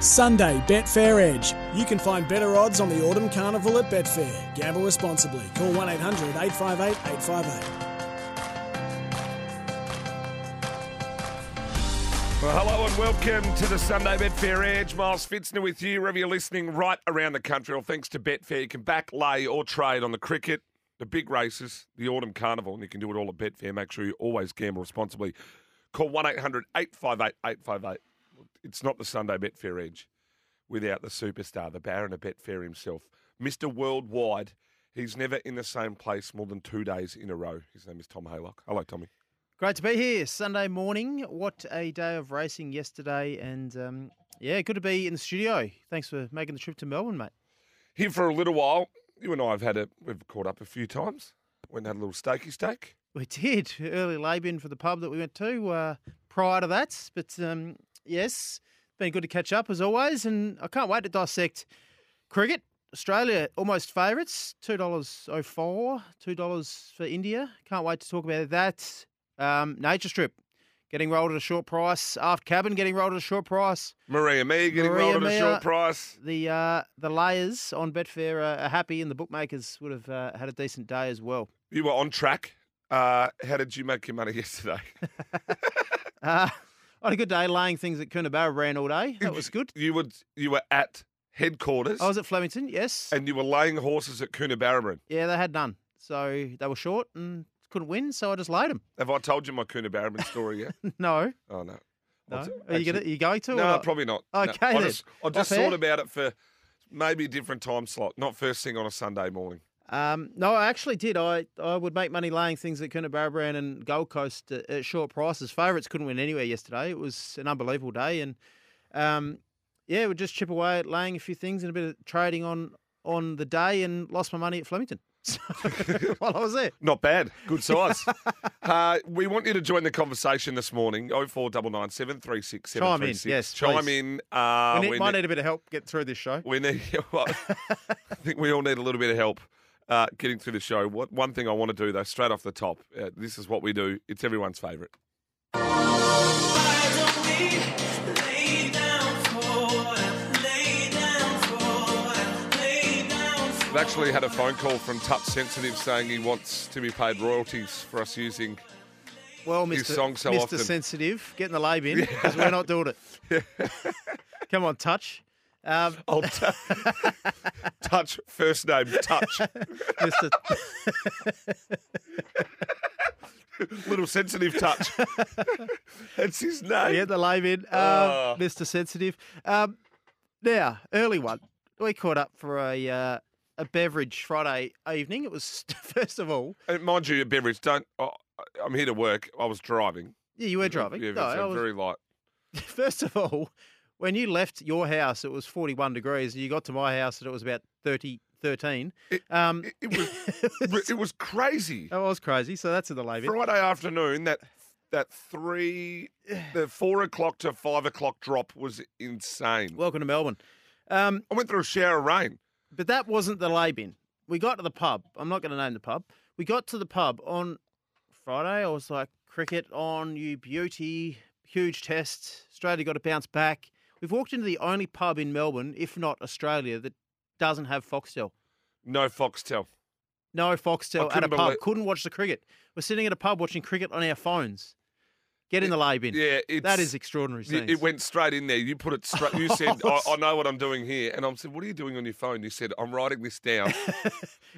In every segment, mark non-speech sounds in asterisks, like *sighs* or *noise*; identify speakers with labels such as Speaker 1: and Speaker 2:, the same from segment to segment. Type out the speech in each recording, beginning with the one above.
Speaker 1: Sunday, Betfair Edge. You can find better odds on the Autumn Carnival at Betfair. Gamble responsibly. Call 1 800 858 858.
Speaker 2: Well, hello and welcome to the Sunday Betfair Edge. Miles Fitzner with you, wherever you're listening, right around the country. All thanks to Betfair, you can back, lay, or trade on the cricket, the big races, the autumn carnival, and you can do it all at Betfair. Make sure you always gamble responsibly. Call 1 800 858 858. It's not the Sunday Betfair Edge without the superstar, the Baron of Betfair himself, Mr. Worldwide. He's never in the same place more than two days in a row. His name is Tom Haylock. Hello, Tommy.
Speaker 3: Great to be here. Sunday morning. What a day of racing yesterday. And um, yeah, good to be in the studio. Thanks for making the trip to Melbourne, mate.
Speaker 2: here for a little while. You and I have had a we've caught up a few times. Went and had a little steaky steak.
Speaker 3: We *laughs* did. Early lab in for the pub that we went to uh, prior to that. But um, yes, been good to catch up as always. And I can't wait to dissect cricket. Australia almost favourites, two dollars oh four, two dollars for India. Can't wait to talk about that. Um, nature strip, getting rolled at a short price. Aft cabin getting rolled at a short price.
Speaker 2: Maria Me getting
Speaker 3: Maria
Speaker 2: rolled at a
Speaker 3: Mia.
Speaker 2: short price.
Speaker 3: the uh, the layers on Betfair are, are happy, and the bookmakers would have uh, had a decent day as well. *laughs*
Speaker 2: You were on track. Uh, how did you make your money *laughs* yesterday?
Speaker 3: Uh, I had a good day laying things at Coonabarra ran all day. That was good.
Speaker 2: *laughs* You were you were at headquarters
Speaker 3: I was at Flemington, yes.
Speaker 2: and you were laying horses at Coonabarabran.
Speaker 3: yeah, they had none, so they were short and couldn't win, so I just laid them.
Speaker 2: Have I told you my Coonabarabran story yet?
Speaker 3: *laughs* no,
Speaker 2: Oh no.
Speaker 3: no.
Speaker 2: I'll t-
Speaker 3: are, you gonna, are
Speaker 2: actually-
Speaker 3: you going to? or
Speaker 2: No,
Speaker 3: not?
Speaker 2: probably not.
Speaker 3: Okay,
Speaker 2: no. I
Speaker 3: then.
Speaker 2: just, I just
Speaker 3: Off air?
Speaker 2: thought about it for maybe a different time slot, not first thing on a Sunday morning.
Speaker 3: Um, no, I actually did. I, I would make money laying things at Coonabarabran and Gold Coast at, at short prices. Favourites couldn't win anywhere yesterday. It was an unbelievable day, and um, yeah, we just chip away at laying a few things and a bit of trading on on the day, and lost my money at Flemington. *laughs*
Speaker 2: *laughs*
Speaker 3: So, while I was there,
Speaker 2: Not bad. Good size. *laughs* uh, we want you to join the conversation this morning. Oh four double nine seven three six seven
Speaker 3: Chime
Speaker 2: three
Speaker 3: in,
Speaker 2: six.
Speaker 3: yes,
Speaker 2: Chime
Speaker 3: please.
Speaker 2: in. Uh,
Speaker 3: we need,
Speaker 2: we
Speaker 3: might
Speaker 2: ne-
Speaker 3: need a bit of help getting through this show.
Speaker 2: we need. *laughs* well, I think we all need a little bit of help uh, getting through the show. What one thing I want to do though, straight off the top, uh, this is what we do. It's everyone's favourite. I've actually had a phone call from Tup Sensitive saying he wants to be paid royalties for us using
Speaker 3: Well,
Speaker 2: His
Speaker 3: Mister
Speaker 2: song so
Speaker 3: Mister
Speaker 2: often.
Speaker 3: Sensitive, getting the
Speaker 2: *laughs*
Speaker 3: lab in because we're not doing it. *laughs* Come on, touch, um,
Speaker 2: I'll t- *laughs* touch first name touch. *laughs*
Speaker 3: Mister.
Speaker 2: Little sensitive touch. *laughs* That's his name.
Speaker 3: Yeah, the lame in, uh,
Speaker 2: Oh.
Speaker 3: Mr. Sensitive. Um, now, early one. We caught up for a uh, a beverage Friday evening. It was *laughs* first of all,
Speaker 2: And mind you, beverage. Don't. Oh, I'm here to work. I was driving.
Speaker 3: yeah, you were driving.
Speaker 2: Mm-hmm. Yeah,
Speaker 3: No, I
Speaker 2: so
Speaker 3: was-
Speaker 2: very light.
Speaker 3: *laughs* First of all, when you left your house, it was forty one degrees. You got to my house, and it was about 30, 13.
Speaker 2: It-
Speaker 3: um,
Speaker 2: It, it
Speaker 3: *laughs*
Speaker 2: was. it was crazy.
Speaker 3: that was crazy. So that's in the lame in.
Speaker 2: Friday afternoon. That that
Speaker 3: *sighs*
Speaker 2: three, the four o'clock to five o'clock drop was insane.
Speaker 3: Welcome to Melbourne. Um,
Speaker 2: I went through a shower of rain.
Speaker 3: But that wasn't the lay bin. We got to the pub. I'm not going to name the pub. We got to the pub on Friday. I was like, cricket on, you beauty. Huge test. Australia got to bounce back. We've walked into the only pub in Melbourne, if not Australia, that doesn't have Foxtel.
Speaker 2: No foxtel.
Speaker 3: No
Speaker 2: I
Speaker 3: Foxtel
Speaker 2: couldn't
Speaker 3: at a pub.
Speaker 2: believe-
Speaker 3: Couldn't watch the cricket. We're sitting at a pub watching cricket on our phones. Get in the lay bin.
Speaker 2: Yeah, it's,
Speaker 3: that is extraordinary.
Speaker 2: Y-
Speaker 3: scenes.
Speaker 2: It went straight in there. You put it straight. You
Speaker 3: *laughs* Oh,
Speaker 2: said, I, "I know what I'm doing here," and I said, "What are you doing on your phone?" You said, "I'm writing this
Speaker 3: *laughs*
Speaker 2: down."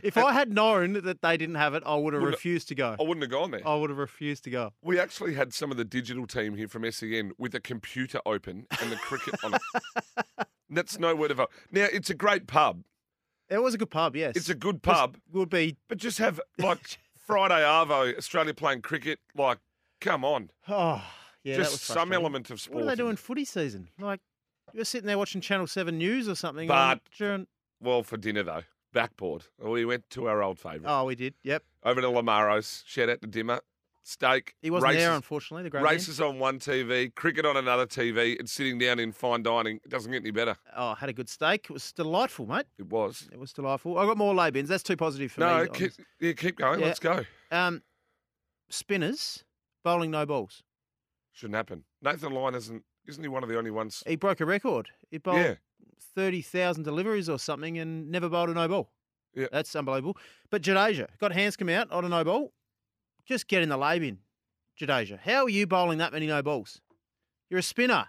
Speaker 3: if I had known that they didn't have it, I would have
Speaker 2: Wouldn't-
Speaker 3: refused to go.
Speaker 2: I wouldn't have gone there.
Speaker 3: I would have refused to go.
Speaker 2: We actually had some of the digital team here from SEN with a computer open and the cricket on it.
Speaker 3: *laughs*
Speaker 2: And That's no word of a. Now it's a great pub.
Speaker 3: It was a good pub, yes.
Speaker 2: It's a good
Speaker 3: Just
Speaker 2: pub,
Speaker 3: Would be
Speaker 2: but just have
Speaker 3: *laughs*
Speaker 2: like Friday Arvo Australia playing cricket. Like, come on,
Speaker 3: oh yeah, that was
Speaker 2: just some
Speaker 3: frustrating.
Speaker 2: element of
Speaker 3: What
Speaker 2: sport.
Speaker 3: are they doing
Speaker 2: in-
Speaker 3: footy season? Like you're sitting there watching Channel Seven News or something. on-
Speaker 2: But-
Speaker 3: during,
Speaker 2: Well, for dinner though, backboard. We went to our old favourite
Speaker 3: oh, we did. Yep,
Speaker 2: over to Lamaro's. Shout out to Dimmer. Steak.
Speaker 3: he wasn't
Speaker 2: races.
Speaker 3: there unfortunately. The great man.
Speaker 2: Races on one TV, cricket on another TV, and sitting down in fine dining. It doesn't get any better.
Speaker 3: Oh, had a good steak. It was delightful, mate.
Speaker 2: It was.
Speaker 3: It was delightful. I got more lay bins. That's too positive for
Speaker 2: No,
Speaker 3: me.
Speaker 2: keep, yeah, keep going.
Speaker 3: Yeah.
Speaker 2: Let's go.
Speaker 3: Um, spinners bowling no balls.
Speaker 2: Shouldn't happen. Nathan Lyon isn't Isn't he one of the only ones?
Speaker 3: He broke a record. He bowled
Speaker 2: Yeah.
Speaker 3: 30,000 deliveries or something and never bowled a no ball.
Speaker 2: Yeah.
Speaker 3: That's unbelievable. But Jadeja got Hanscom out on a no ball. Just get in the lay bin, Jadeja. How are you bowling that many no balls? You're a spinner.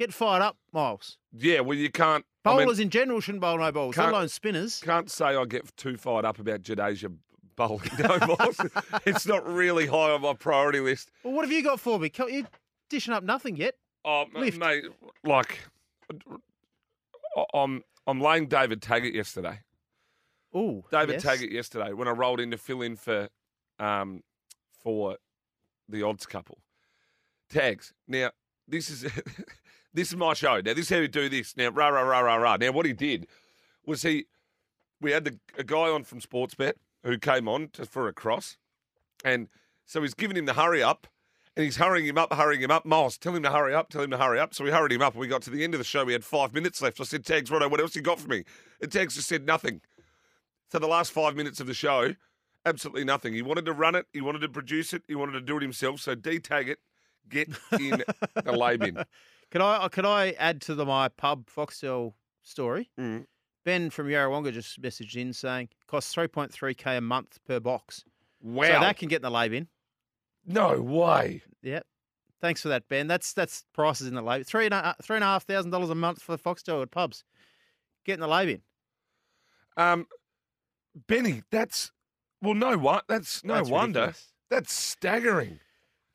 Speaker 3: Get fired up, Miles.
Speaker 2: Yeah, well, you can't. I mean,
Speaker 3: Bowlers in general shouldn't bowl no balls, let
Speaker 2: Can't-
Speaker 3: alone spinners.
Speaker 2: can't say I get too fired up about Jadeja bowling *laughs* no balls. it's not really high on my priority list.
Speaker 3: Well, what have you got for me? Co- You're dishing up nothing yet.
Speaker 2: Oh, m-
Speaker 3: Lift.
Speaker 2: mate, like, I- I'm I'm laying David Taggart yesterday.
Speaker 3: Oh,
Speaker 2: David
Speaker 3: yes.
Speaker 2: Taggart yesterday when I rolled in to fill in for um for the odds couple. Tags. Now this is *laughs* this is my show. Now this is how we do this. Now rah rah rah rah rah. Now what he did was he we had the, a guy on from Sportsbet who came on to, for a cross, and so he's giving him the hurry up. And he's hurrying him up, hurrying him up. Miles, tell him to hurry up, tell him to hurry up. So we hurried him up, and we got to the end of the show. We had five minutes left. I said, Tags, Rodo, what else you got for me? And Tags just said nothing. So the last five minutes of the show, absolutely nothing. He wanted to run it, he wanted to produce it, he wanted to do it himself. So detag it, get in the lay
Speaker 3: *laughs*
Speaker 2: bin.
Speaker 3: Could I could I add to the my pub Foxtel story?
Speaker 2: Mm.
Speaker 3: Ben from Yarrawonga just messaged in saying costs three point three k a month per box,
Speaker 2: Wow.
Speaker 3: so that can get in the lay bin.
Speaker 2: no way.
Speaker 3: Yep. Thanks for that, Ben. That's that's prices in the lay three and a, three and a half thousand dollars a month for Foxtel at pubs. Get in the lay bin.
Speaker 2: Um, Benny, that's well, no what? That's no
Speaker 3: That's
Speaker 2: wonder.
Speaker 3: ridiculous.
Speaker 2: That's staggering.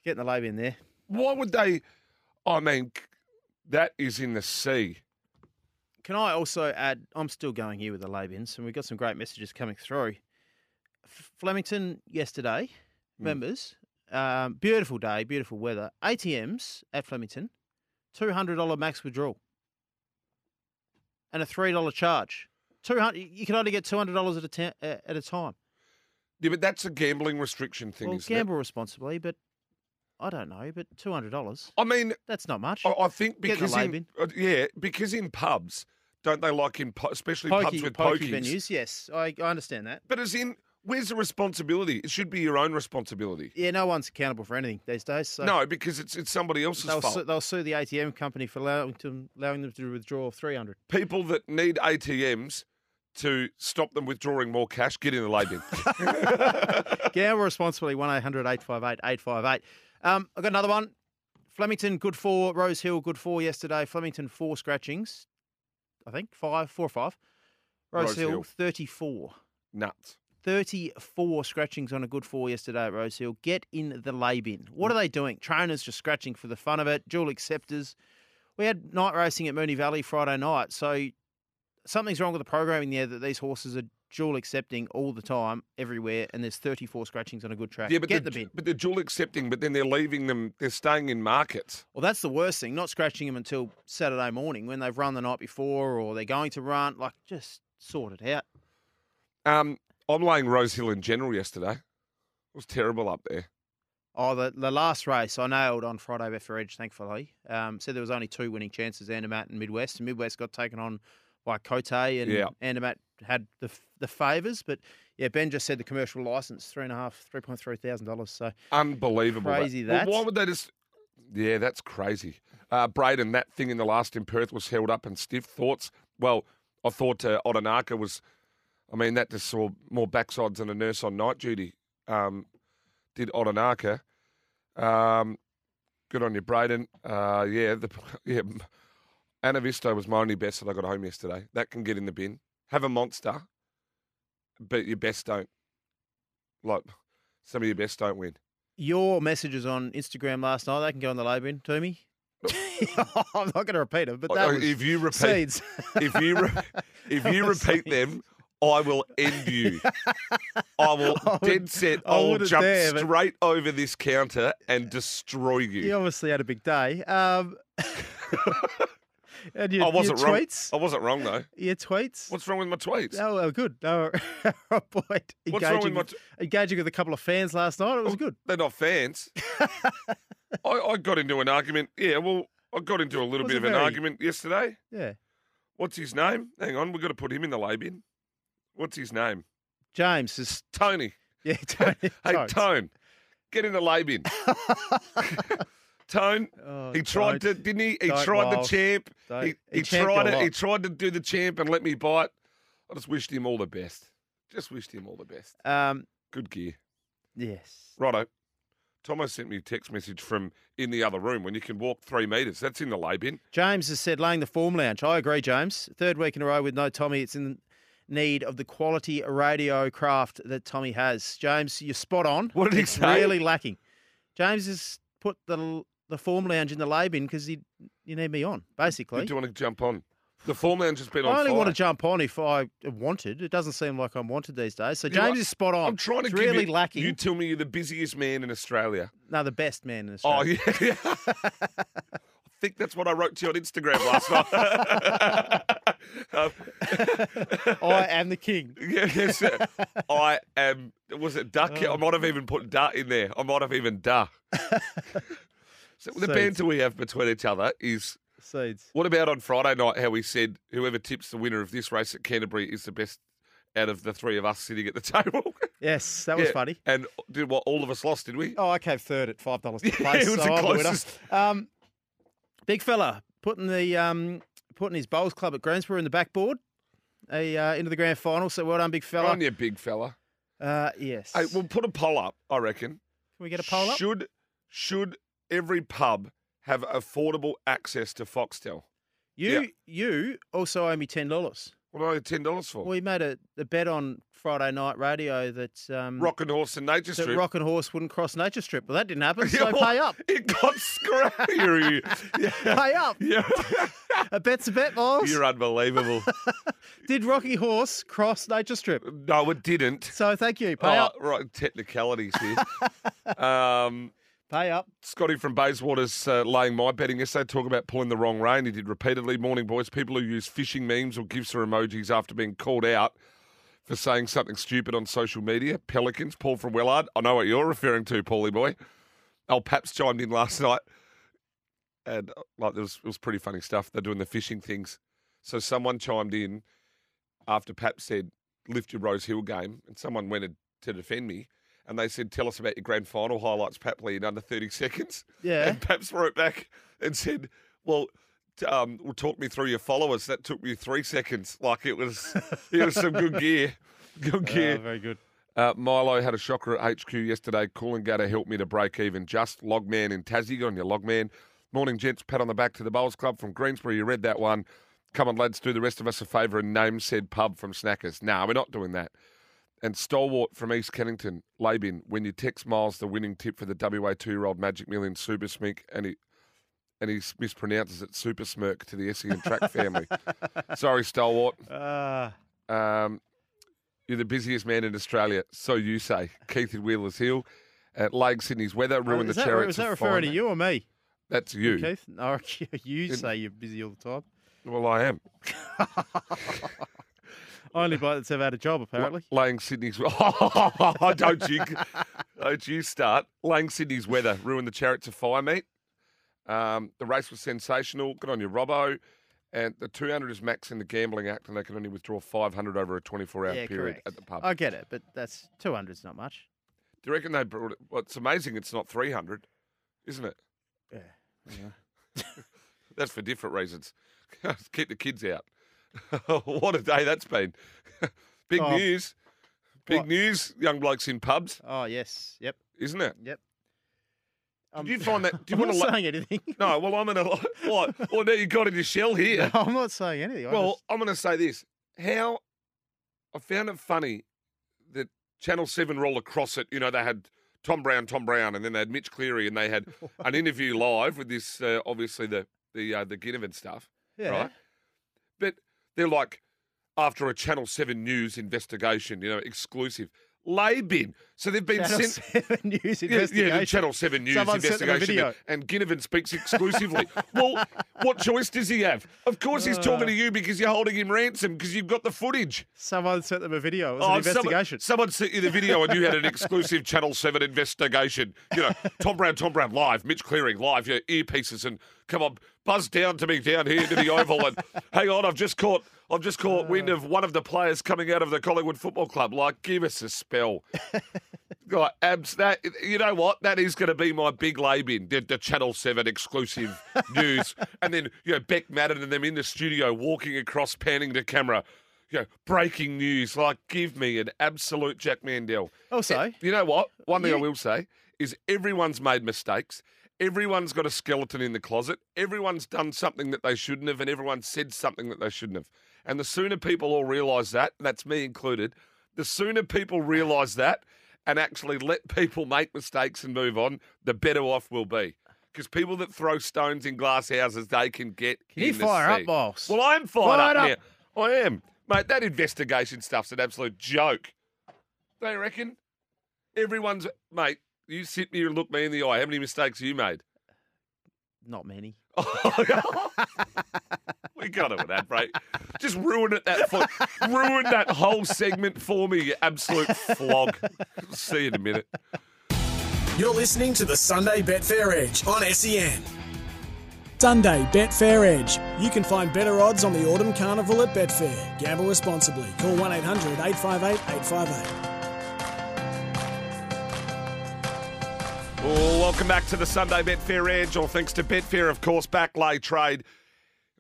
Speaker 3: Get in the lay bin there.
Speaker 2: Why would they? I mean, c- that is in the sea.
Speaker 3: Can I also add? I'm still going here with the lay bins, and we've got some great messages coming through. F- Flemington yesterday,
Speaker 2: Mm.
Speaker 3: members, um, beautiful day, beautiful weather. ATMs at Flemington, two hundred dollar max withdrawal, and a three dollar charge. Two hundred. You can only get two hundred dollars at a ta- uh, at a time.
Speaker 2: Yeah, but that's a gambling restriction thing,
Speaker 3: well,
Speaker 2: isn't
Speaker 3: gamble responsibly, but I don't know. But two hundred dollars.
Speaker 2: it? I mean,
Speaker 3: That's not much.
Speaker 2: I, I think
Speaker 3: Get in the
Speaker 2: because
Speaker 3: lay
Speaker 2: in,
Speaker 3: bin.
Speaker 2: uh, yeah, because in pubs, don't they like in pu- especially pubs with
Speaker 3: pokey
Speaker 2: pokies?
Speaker 3: venues. Yes, I, I understand that.
Speaker 2: But as in, where's the responsibility? It should be your own responsibility.
Speaker 3: Yeah, no one's accountable for anything these days. So.
Speaker 2: No, because it's it's somebody else's
Speaker 3: They'll
Speaker 2: fault.
Speaker 3: sue, they'll sue the ATM company for allowing, to, allowing them to withdraw *laughs* 300.
Speaker 2: People that need ATMs to stop them withdrawing more cash, get in the
Speaker 3: *laughs*
Speaker 2: lay bin.
Speaker 3: Gamble responsibly, 1800 858 858. Um, I've got another one. Flemington, good four. Rose Hill, good four yesterday. Flemington, four scratchings. I think five, four or five. Rose,
Speaker 2: Rose
Speaker 3: Hill,
Speaker 2: Hill.
Speaker 3: 34.
Speaker 2: Nuts.
Speaker 3: 34 scratchings on a good four yesterday at Rose Hill. Get in the lay bin. What are
Speaker 2: Hmm.
Speaker 3: they doing? Trainers just scratching for the fun of it, dual acceptors. We had night racing at Mooney Valley Friday night, so something's wrong with the programming there that these horses are dual accepting all the time, everywhere, and there's 34 scratchings on a good track.
Speaker 2: Yeah, but
Speaker 3: Get
Speaker 2: they're,
Speaker 3: the bin.
Speaker 2: but they're dual accepting, but then they're leaving them. They're staying in markets.
Speaker 3: Well, that's the worst thing, not scratching them until Saturday morning when they've run the night before or they're going to run. Like, just sort it out.
Speaker 2: Um, I'm laying Rose Hill in general yesterday. It was terrible up there.
Speaker 3: Oh, the, the last race I nailed on Friday bet for Edge, thankfully. Um, said there was only two winning chances, Andermatt and Midwest. And Midwest got taken on by Cote, and
Speaker 2: Yeah.
Speaker 3: Andermatt had the f- the favours. But yeah, Ben just said the commercial licence three and a half, three point three thousand dollars. So
Speaker 2: Unbelievable. that.
Speaker 3: Crazy
Speaker 2: Well,
Speaker 3: that.
Speaker 2: why would they just? Yeah, that's crazy. Uh, Braden, that thing in the last in Perth was held up and stiff. Thoughts? Well, I thought uh, Odonaka was. I mean, that just saw more backsides than a nurse on night duty. Um, did Odonaka. Um, good on you, Braden. Uh, yeah, the *laughs* yeah. Ana Vista was my only best that I got home yesterday. That can get in the bin. Have a monster, but your best don't. Like some of your best don't win.
Speaker 3: your messages on Instagram last night, they can go on the lay bin to me. *laughs* I'm not going to repeat it, but that
Speaker 2: Oh,
Speaker 3: was
Speaker 2: if you repeat,
Speaker 3: seeds.
Speaker 2: if you re- if
Speaker 3: That
Speaker 2: you
Speaker 3: was
Speaker 2: repeat
Speaker 3: seeds.
Speaker 2: them, I will end
Speaker 3: *laughs*
Speaker 2: you. I will
Speaker 3: I would-
Speaker 2: dead set.
Speaker 3: I
Speaker 2: I, will
Speaker 3: wouldn't
Speaker 2: jump
Speaker 3: dare, but-
Speaker 2: straight over this counter and destroy
Speaker 3: *laughs* you
Speaker 2: you.
Speaker 3: obviously had a big day.
Speaker 2: *laughs*
Speaker 3: Um, *laughs* and your,
Speaker 2: I wasn't
Speaker 3: your
Speaker 2: wrong.
Speaker 3: tweets,
Speaker 2: I wasn't wrong though.
Speaker 3: your tweets.
Speaker 2: What's wrong with my tweets?
Speaker 3: Oh, well, good. No, *laughs* right point. Engaging,
Speaker 2: What's wrong with Oh. my? T-
Speaker 3: engaging with a couple of fans last night. It was good.
Speaker 2: They're not
Speaker 3: *laughs*
Speaker 2: fans. I, I got into an argument. Yeah, well, I got into a little
Speaker 3: Was
Speaker 2: bit
Speaker 3: a
Speaker 2: of an
Speaker 3: very-
Speaker 2: argument yesterday.
Speaker 3: Yeah.
Speaker 2: What's his name? Hang on, we've got to put him in the lay bin. What's his name?
Speaker 3: James is. *laughs*
Speaker 2: Tony.
Speaker 3: Yeah, Tony.
Speaker 2: Hey,
Speaker 3: Tones. *laughs*
Speaker 2: Tone, get in the lay bin. *laughs* Tone.
Speaker 3: Oh,
Speaker 2: He tried to,
Speaker 3: don't.
Speaker 2: didn't he? He
Speaker 3: Don't,
Speaker 2: tried the
Speaker 3: Miles.
Speaker 2: champ.
Speaker 3: Don't.
Speaker 2: He,
Speaker 3: He
Speaker 2: he
Speaker 3: champed
Speaker 2: tried
Speaker 3: you a
Speaker 2: it. He
Speaker 3: lot.
Speaker 2: tried to do the champ and let me bite. I just wished him all the best. Just wished him all the best.
Speaker 3: Um,
Speaker 2: Good gear.
Speaker 3: yes.
Speaker 2: Righto. Tomo sent me a text message from in the other room when you can walk three metres. That's in the lay bin.
Speaker 3: James has said laying the form lounge. I agree, James. Third week in a row with no Tommy. It's in need of the quality radio craft that Tommy has. James, you're spot on.
Speaker 2: What did he
Speaker 3: it's
Speaker 2: say?
Speaker 3: Really lacking. James has put the the form lounge in the lay bin because he you need me on
Speaker 2: Who
Speaker 3: basically.
Speaker 2: do you want to jump on? The form lounge has been on
Speaker 3: I only
Speaker 2: fire.
Speaker 3: want to jump on if I wanted. It doesn't seem like I'm wanted these days. So
Speaker 2: You know
Speaker 3: James
Speaker 2: what?
Speaker 3: is spot on.
Speaker 2: I'm trying to
Speaker 3: it's
Speaker 2: give
Speaker 3: really
Speaker 2: you,
Speaker 3: lacking.
Speaker 2: You tell me you're the busiest man in Australia.
Speaker 3: no, the best man in
Speaker 2: Oh
Speaker 3: Australia.
Speaker 2: yeah. *laughs* I think that's what I wrote to you on Instagram
Speaker 3: *laughs*
Speaker 2: last night. Um,
Speaker 3: I am the king.
Speaker 2: yeah, yes,
Speaker 3: *laughs*
Speaker 2: uh, I am. Was it duck?
Speaker 3: Oh,
Speaker 2: I might have even put da in there. I might have even
Speaker 3: *laughs*
Speaker 2: da. so the
Speaker 3: So
Speaker 2: banter we have between each other is.
Speaker 3: Seeds.
Speaker 2: What about on Friday night? How we said whoever tips the winner of this race at Canterbury is the best out of the three of us sitting at the *laughs* table.
Speaker 3: Yes, that was
Speaker 2: Yeah,
Speaker 3: funny.
Speaker 2: And did what? All of us lost, did we?
Speaker 3: Oh, I came third at
Speaker 2: *laughs*
Speaker 3: five dollars to
Speaker 2: Yeah,
Speaker 3: place.
Speaker 2: it was
Speaker 3: so
Speaker 2: the
Speaker 3: I'm winner.
Speaker 2: closest.
Speaker 3: Um, big fella putting the um, putting his bowls club at Greensboro in the backboard a, uh, into the grand final. So well done, big
Speaker 2: Go
Speaker 3: fella.
Speaker 2: on, you big fella.
Speaker 3: Uh, yes.
Speaker 2: Hey, we'll
Speaker 3: Can
Speaker 2: put a poll up. I reckon.
Speaker 3: we get a poll up?
Speaker 2: Should should every pub have affordable access to Foxtel?
Speaker 3: You
Speaker 2: yeah.
Speaker 3: you also owe me ten dollars.
Speaker 2: What are they ten dollars for?
Speaker 3: We made a, a bet on Friday night radio that um,
Speaker 2: Rock and Horse and Nature
Speaker 3: that
Speaker 2: Strip.
Speaker 3: Rock and Horse wouldn't cross Nature Strip. Well, that
Speaker 2: *laughs*
Speaker 3: didn't happen.
Speaker 2: Yeah,
Speaker 3: So
Speaker 2: well,
Speaker 3: pay up,
Speaker 2: *laughs* It got scrapped. *laughs* You're, you- yeah,
Speaker 3: pay up.
Speaker 2: *laughs* yeah.
Speaker 3: A bet's a bet, Miles.
Speaker 2: You're unbelievable.
Speaker 3: Did Rocky Horse cross Nature Strip?
Speaker 2: No, it didn't.
Speaker 3: So thank you. Pay
Speaker 2: Oh,
Speaker 3: up,
Speaker 2: right, technicalities here. um,
Speaker 3: pay up.
Speaker 2: Scotty from Bayswater's uh, laying my betting essay talk about pulling the wrong rein. He did repeatedly. Morning, boys. People who use phishing memes or gifs or emojis after being called out for saying something stupid on social media. Pelicans. Paul from Willard. I know what you're referring to, Paulie boy. Al Paps chimed in last *laughs* night, and uh, like there was, it was pretty funny stuff. They're doing the phishing things. So someone chimed in after Paps said, "Lift your Rose Hill game," and someone went in to defend me. And they said, "Tell us about your grand final highlights, Papley, in under thirty seconds." *laughs*
Speaker 3: Yeah.
Speaker 2: And Paps wrote back and said, "Well, t- um, well, talk me through your followers. That took me three seconds. Like it was, it was some good gear, good gear.
Speaker 3: Ah, very good.
Speaker 2: Uh, Milo had a shocker at HQ yesterday. Cool and Gutter helped me to break even. Just Logman in Tassie. Get on your Logman. Morning, gents. Pat on the back to the Bowls Club from Greensbury. You read that one. Come on, lads. Do the rest of us a favour and name said pub from Snackers. Nah, we're not doing that. And Stalwart from East Kennington. Labin, when you text Miles the winning tip for the WA two-year-old Magic Million Super Smink and he... And he mispronounces it super smirk to the Essendon track family. Sorry, Stalwart.
Speaker 3: Uh,
Speaker 2: Um, you're the busiest man in Australia, so you say. Keith in Wheelers Hill. At Lake Sydney's weather ruined
Speaker 3: Oh, is
Speaker 2: the
Speaker 3: that,
Speaker 2: chariots.
Speaker 3: was that
Speaker 2: of
Speaker 3: referring to
Speaker 2: fire.
Speaker 3: you or me,
Speaker 2: That's you.
Speaker 3: Keith? *laughs* No, you
Speaker 2: Didn't-
Speaker 3: say you're busy all the time.
Speaker 2: Well, I am.
Speaker 3: Only bloke that's ever had a job, apparently.
Speaker 2: Laying Sydney's. *laughs* Oh, don't you, don't you start. Laying Sydney's weather ruined the chariots of fire meet. Um, the race was sensational. Good on you, Robbo. And the 200 is max in the Gambling Act, and they can only withdraw 500 over a 24 hour
Speaker 3: yeah,
Speaker 2: period
Speaker 3: correct.
Speaker 2: at the pub.
Speaker 3: I get it, but that's 200's not much.
Speaker 2: Do you reckon they brought it? Well, it's amazing it's not 300, isn't it?
Speaker 3: Yeah.
Speaker 2: That's for different reasons. *laughs* Keep the kids out. *laughs* what a day that's been. *laughs* Big
Speaker 3: Oh,
Speaker 2: news. Big
Speaker 3: what?
Speaker 2: news, young blokes in pubs,
Speaker 3: Oh, yes. Yep.
Speaker 2: isn't it?
Speaker 3: Yep. Um,
Speaker 2: Did you find that? Do you
Speaker 3: *laughs* I'm
Speaker 2: want
Speaker 3: not
Speaker 2: to?
Speaker 3: saying anything.
Speaker 2: *laughs* no, well, I'm going to. What? Well, now you got in your shell here.
Speaker 3: *laughs* I'm not saying anything. I
Speaker 2: well,
Speaker 3: just-
Speaker 2: I'm going to say this. How I found it funny that Channel 7 roll across it. You know, they had Tom Brown, Tom Brown, and then they had Mitch Cleary, and they
Speaker 3: *laughs*
Speaker 2: had an interview live with this, uh, obviously, the the uh, the Ginnivan stuff. *laughs*
Speaker 3: yeah.
Speaker 2: right? But they're like, after a Channel 7 news investigation, you know, exclusive. Lay bin. So they've been
Speaker 3: Channel
Speaker 2: sent. *laughs*
Speaker 3: 7 News
Speaker 2: Yeah, yeah, the
Speaker 3: investigation.
Speaker 2: Channel 7 News
Speaker 3: Someone sent them a
Speaker 2: investigation.
Speaker 3: video.
Speaker 2: And Ginnivan speaks exclusively. *laughs* well, what choice does he have? Of course he's talking to
Speaker 3: Uh.
Speaker 2: you because you're holding him ransom because you've got the footage.
Speaker 3: Someone sent them a video. It was
Speaker 2: Oh,
Speaker 3: an
Speaker 2: and someone-
Speaker 3: investigation.
Speaker 2: Someone, sent you the video and you had an exclusive Channel 7 investigation. You know, Tom Brown, Tom Brown live, Mitch Clearing live, your earpieces and come on, buzz down to me down here to the Oval and *laughs* hang on, I've just caught I've just
Speaker 3: Uh.
Speaker 2: caught wind of one of the players coming out of the Collingwood Football Club. Like, give us a spell. Like, abs, um, that, you know what? That is going to be my big lay bin, the, the Channel 7 exclusive news. And then, you know, Beck Madden and them in the studio walking across, panning the camera. You know, breaking news. Like, give me an absolute Jack Mandel.
Speaker 3: Also-
Speaker 2: Eh, you know what? One thing I
Speaker 3: You-
Speaker 2: will say is everyone's made mistakes. Everyone's got a skeleton in the closet. Everyone's done something that they shouldn't have, and everyone said something that they shouldn't have. And the sooner people all realise that, that's me included, the sooner people realise that and actually let people make mistakes and move on, the better off we'll be. Because people that throw stones in glass houses, they can get.
Speaker 3: Can you
Speaker 2: in the
Speaker 3: fire up,
Speaker 2: sea.
Speaker 3: boss?
Speaker 2: Well, I'm fired
Speaker 3: Fired
Speaker 2: up,
Speaker 3: up.
Speaker 2: now. I am, mate. That investigation stuff's an absolute joke. Don't you reckon? Everyone's mate. You sit here and look me in the eye. How many mistakes have you *laughs* made?
Speaker 3: Not many.
Speaker 2: we got it with that, break. Just ruin it that for, ruined that whole segment for me. You absolute flog. See you in a minute.
Speaker 1: You're listening to the Sunday Betfair Edge on E SEN. Sunday Betfair Edge. You can find better odds on the Autumn Carnival at Betfair. Gamble responsibly. Call 1 800 858 858.
Speaker 2: Well, welcome back to the Sunday Betfair Edge. All thanks to Betfair, of course. Backlay trade.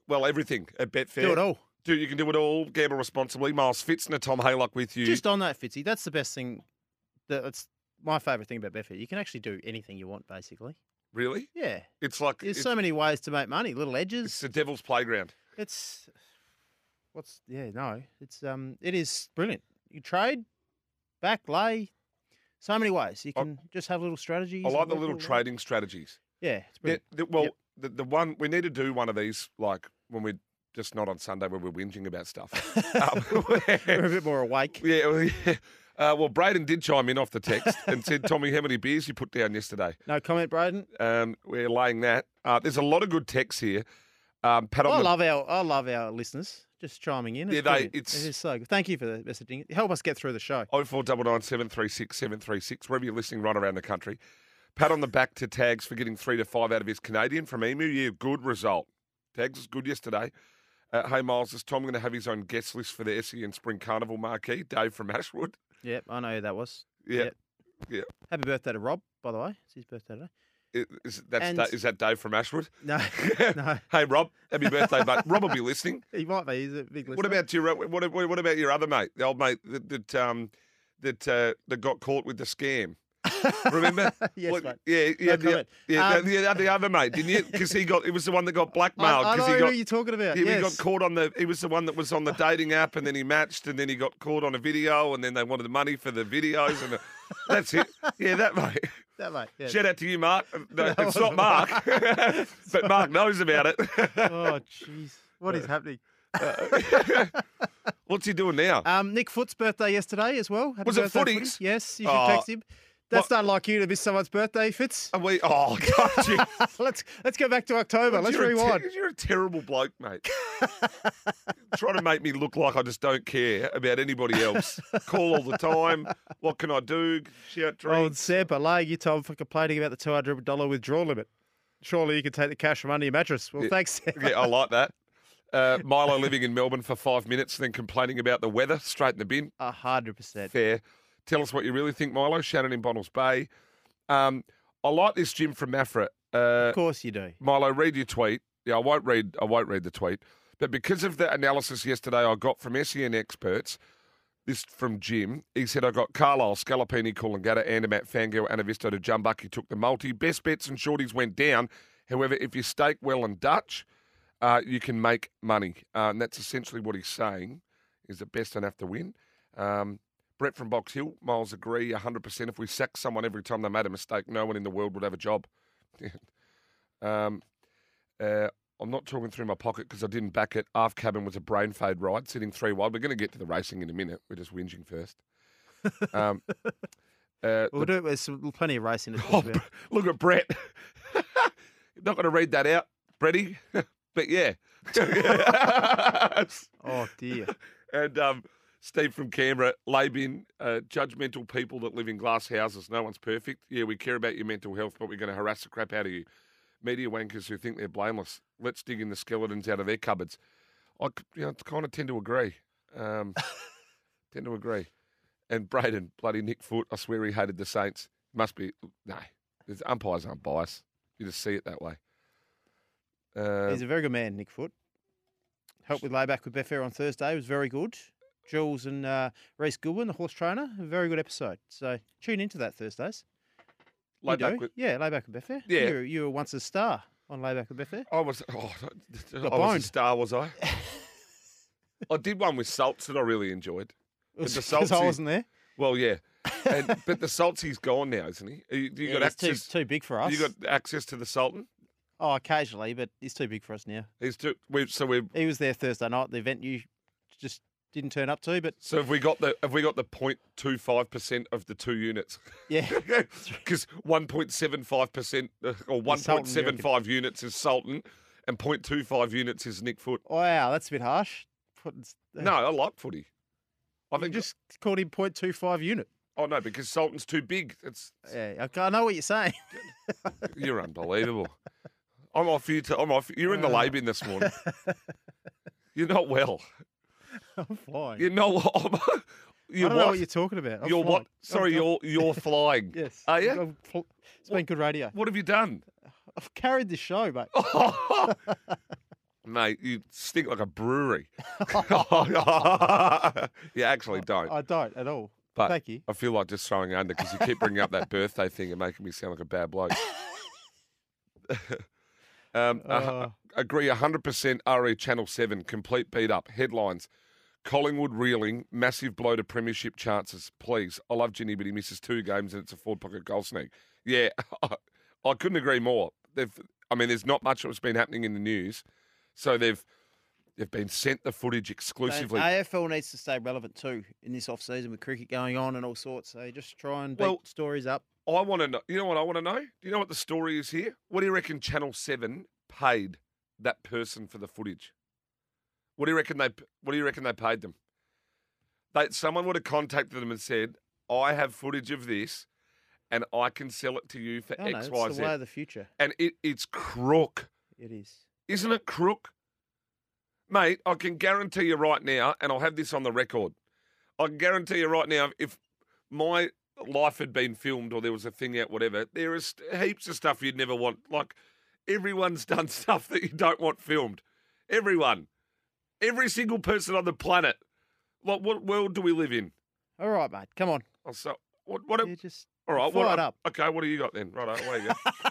Speaker 2: Well, everything at Betfair.
Speaker 3: Do it all.
Speaker 2: Do you can do it all. Gamble responsibly. Miles Fitzner, Tom Haylock with you.
Speaker 3: Just on that, Fitzy, that's the best thing. that- That's my favourite thing about Betfair. You can actually do anything you want, basically.
Speaker 2: really?
Speaker 3: Yeah.
Speaker 2: It's like
Speaker 3: There's
Speaker 2: it's,
Speaker 3: so many ways to make money. Little edges.
Speaker 2: it's the devil's playground.
Speaker 3: It's what's yeah no. It's um it is brilliant. You trade, back lay, so many ways. You
Speaker 2: I-
Speaker 3: can just have little strategies.
Speaker 2: I
Speaker 3: and
Speaker 2: like the
Speaker 3: work
Speaker 2: little
Speaker 3: it all out.
Speaker 2: trading strategies.
Speaker 3: Yeah, it's
Speaker 2: Yeah,
Speaker 3: brilliant.
Speaker 2: the- well,
Speaker 3: Yep.
Speaker 2: the, the one we need to do one of these like when we're just not on Sunday when we're whinging about
Speaker 3: *laughs*
Speaker 2: stuff.
Speaker 3: We're a
Speaker 2: Um, *laughs*
Speaker 3: bit more awake.
Speaker 2: yeah. well, yeah. Uh, well, Braden did chime in off the text and
Speaker 3: *laughs*
Speaker 2: said, "Tommy, how many beers you put down yesterday?"
Speaker 3: No comment, Braden.
Speaker 2: Um, we're laying that. Uh, there's a lot of good texts here. Um, Pat on
Speaker 3: I
Speaker 2: the-
Speaker 3: love our I love our listeners just chiming in. It's
Speaker 2: Yeah, they-
Speaker 3: brilliant. It
Speaker 2: it's-
Speaker 3: is so good. Thank you for the messaging. Help us get through the show.
Speaker 2: Oh four double nine seven three six seven three six. Wherever you're listening, right around the country. Pat on the back to Tags for getting three to five out of his Canadian from Emu. Yeah, good result. Tags was good yesterday. Uh, hey Miles, is Tom going to have his own guest list for the SEN Spring Carnival marquee? Dave from Ashwood.
Speaker 3: Yep, I know who that was.
Speaker 2: Yeah,
Speaker 3: Yep.
Speaker 2: yeah.
Speaker 3: Happy birthday to Rob, by the way. It's his birthday today.
Speaker 2: Is, is, that's
Speaker 3: And-
Speaker 2: da- is that Dave from Ashwood? *laughs*
Speaker 3: No, no,
Speaker 2: hey Rob, happy birthday, but Rob will be
Speaker 3: *laughs*
Speaker 2: listening.
Speaker 3: he might be. He's a big listener.
Speaker 2: What about your uh, what, what, what about your other mate, the old mate that that um, that uh, that got caught with the scam?
Speaker 3: *laughs*
Speaker 2: Remember?
Speaker 3: *laughs* Yes,
Speaker 2: What-
Speaker 3: mate.
Speaker 2: Yeah, yeah, the,
Speaker 3: comment.
Speaker 2: yeah,
Speaker 3: Um,
Speaker 2: the, the, the other mate, didn't you? Because he got it was the one that got blackmailed.
Speaker 3: I, I know
Speaker 2: Because he
Speaker 3: who
Speaker 2: got
Speaker 3: you're talking about.
Speaker 2: he, he
Speaker 3: yes.
Speaker 2: got caught on the he was the one that was on the dating app, and then he matched, and then he got caught on a video, and then they wanted the money for the videos, and the, that's it. Yeah, that *laughs* mate.
Speaker 3: That mate. Yeah.
Speaker 2: Shout out to you,
Speaker 3: *laughs*
Speaker 2: Mark. No,
Speaker 3: That
Speaker 2: it's not
Speaker 3: wasn't
Speaker 2: Mark, *laughs* but Mark knows about it.
Speaker 3: *laughs* oh, jeez.
Speaker 2: *laughs*
Speaker 3: What is happening?
Speaker 2: What's he doing now?
Speaker 3: Um, Nick Foot's birthday yesterday as well. Happy
Speaker 2: Was it
Speaker 3: birthday, Footy.
Speaker 2: Footies?
Speaker 3: Yes, you should
Speaker 2: Oh,
Speaker 3: text him. That's not like you to miss someone's birthday, Fitz.
Speaker 2: Are we? Oh *laughs* God, you,
Speaker 3: *laughs* let's let's go back to October. Let's
Speaker 2: you're a
Speaker 3: rewind.
Speaker 2: ter- you're a terrible bloke, mate. Trying to make me look like I just don't care about anybody else. Call all the time. What can I do? Shout
Speaker 3: Old
Speaker 2: drinks.
Speaker 3: Sampa Lag, you told for complaining about the two hundred dollar withdrawal limit. Surely you can take the cash from under your mattress. Well,
Speaker 2: *laughs*
Speaker 3: thanks. Sampa.
Speaker 2: yeah, I like that. Uh, Milo living in Melbourne for five minutes, then complaining about the weather. Straight in the bin.
Speaker 3: A hundred percent.
Speaker 2: Fair. Tell us what you really think, Milo. Shannon in Bonnells Bay. Um, I like this Jim from Mafra. Uh,
Speaker 3: Of course you do.
Speaker 2: Milo, read your tweet. Yeah, I won't read. I won't read the tweet. But because of the analysis yesterday, I got from SEN experts. This from Jim. He said I got Carlisle, Scalapini, Coolangatta, Andermatt, Fangirl, Anavisto to Jumbuck. He took the multi. Best bets and shorties went down. However, if you stake well and Dutch, uh, you can make money. Uh, and that's essentially what he's saying. Is that best don't have to win. Um, Brett from Box Hill, Miles agree 100%. If we sack someone every time they made a mistake, no one in the world would have a job. *laughs* Um, uh, I'm not talking through my pocket because I didn't back it. Aft cabin was a brain fade ride, sitting three wide. We're going to get to the racing in a minute. We're just whinging first. Um, *laughs* uh,
Speaker 3: We'll do it. There's plenty of racing to
Speaker 2: oh,
Speaker 3: talk
Speaker 2: Bre-
Speaker 3: about.
Speaker 2: look at Brett. *laughs* not going to read that out, Bretty. *laughs* but yeah.
Speaker 3: Oh
Speaker 2: *laughs*
Speaker 3: dear.
Speaker 2: and um, Steve from Canberra, Labin, uh, judgmental people that live in glass houses. No one's perfect. Yeah, we care about your mental health, but we're going to harass the crap out of you. Media wankers who think they're blameless. Let's dig in the skeletons out of their
Speaker 3: *laughs*
Speaker 2: cupboards. I c- you know, kind of tend to agree. Um, tend to agree. And Braden, bloody Nick Foot, I swear he hated the Saints. Must be, no, his umpires aren't biased. You just see it that way. Uh,
Speaker 3: He's a very good man, Nick Foot. Helped with layback with Betfair on Thursday. It was very good. Jules and uh, Reese Goodwin, the horse trainer, a very good episode. So tune into that Thursdays. You
Speaker 2: laid back
Speaker 3: do.
Speaker 2: with-
Speaker 3: yeah, layback with Betfair.
Speaker 2: Yeah.
Speaker 3: You, were- you were once a star on layback with Betfair.
Speaker 2: I was, oh, I was a
Speaker 3: boned.
Speaker 2: star, was
Speaker 3: *laughs*
Speaker 2: I? I did one with salts that I really enjoyed.
Speaker 3: *laughs*
Speaker 2: But the
Speaker 3: Because I
Speaker 2: salty-
Speaker 3: wasn't there.
Speaker 2: Well, yeah, and, but the salty's gone now, isn't he? You, you
Speaker 3: Yeah,
Speaker 2: got
Speaker 3: he's too,
Speaker 2: access.
Speaker 3: too big for us.
Speaker 2: you got access to the Sultan.
Speaker 3: Oh, occasionally, but he's too big for us now.
Speaker 2: He's too, we, so we
Speaker 3: He was there Thursday night, the event you just didn't turn up to, but
Speaker 2: so have we got the have we got the 0.25 percent of the two units? *laughs*
Speaker 3: yeah.
Speaker 2: Because 1.75 percent uh, or
Speaker 3: Sultan, you reckon?
Speaker 2: 1.75 units is Sultan, and 0.25 units is Nick Foot.
Speaker 3: wow, that's a bit harsh. Put,
Speaker 2: No, I like footy. I
Speaker 3: I think
Speaker 2: think
Speaker 3: just called him 0.25 unit.
Speaker 2: oh no, because Sultan's too big. It's
Speaker 3: Yeah, okay, I know what you're saying. *laughs*
Speaker 2: You're unbelievable. I'm off you. To, I'm off. You're in the
Speaker 3: Uh.
Speaker 2: lay bin this
Speaker 3: *laughs*
Speaker 2: morning. You're not well.
Speaker 3: I'm flying.
Speaker 2: You're not. I'm,
Speaker 3: I
Speaker 2: *laughs* you're
Speaker 3: don't
Speaker 2: what?
Speaker 3: know what you're talking about. I'm
Speaker 2: You're
Speaker 3: flying.
Speaker 2: what? Sorry,
Speaker 3: I'm-
Speaker 2: you're you're
Speaker 3: *laughs*
Speaker 2: flying.
Speaker 3: I'm- Yes.
Speaker 2: Are you?
Speaker 3: I'm fl- It's been good radio.
Speaker 2: What have you done, *laughs*
Speaker 3: I've carried this show, mate.
Speaker 2: mate? You stink like a
Speaker 3: *laughs*
Speaker 2: brewery. *laughs* you actually don't.
Speaker 3: I don't at all.
Speaker 2: but
Speaker 3: Thank you.
Speaker 2: I feel like just throwing you under because you keep bringing up that birthday thing and making me sound like a bad
Speaker 3: *laughs*
Speaker 2: bloke. *laughs* um, a hu-
Speaker 3: Uh.
Speaker 2: agree 100% RE E Channel 7, complete beat up. Headlines Collingwood reeling, massive blow to premiership chances. Please, I love Ginny, but he misses two games and it's a forward pocket goal sneak. Yeah, *laughs* I, couldn't agree more. They've, I mean, there's not much that's been happening in the news. So they've. They've been sent the footage exclusively.
Speaker 3: AFL needs to stay relevant too in this off season with cricket going on and all sorts. So just try and beat
Speaker 2: Well-
Speaker 3: stories up.
Speaker 2: I want to know. You know what I want to know? Do you know what the story is here? What do you reckon Channel Seven paid that person for the footage? What do you reckon they? What do you reckon they paid them? They, someone would have contacted them and said, "I have footage of this, and I can sell it to you for
Speaker 3: I don't know,
Speaker 2: X,
Speaker 3: it's
Speaker 2: Y,
Speaker 3: the
Speaker 2: Z."
Speaker 3: way of the future.
Speaker 2: And it, it's crook,
Speaker 3: It is.
Speaker 2: isn't it? Crook, mate. I can guarantee you right now, and I'll have this on the record. I can guarantee you right now, if my life had been filmed or there was a thing out, whatever, there is heaps of stuff you'd never want. Like everyone's *laughs* done stuff that you don't want filmed. Everyone, every single person on the planet. Like, what world do we live in?
Speaker 3: All right, mate. Come on.
Speaker 2: Oh, So, what? What?
Speaker 3: You just
Speaker 2: all right.
Speaker 3: fire
Speaker 2: What?
Speaker 3: it up.
Speaker 2: Okay. What do you got then? Right. What do you
Speaker 3: *laughs*
Speaker 2: got?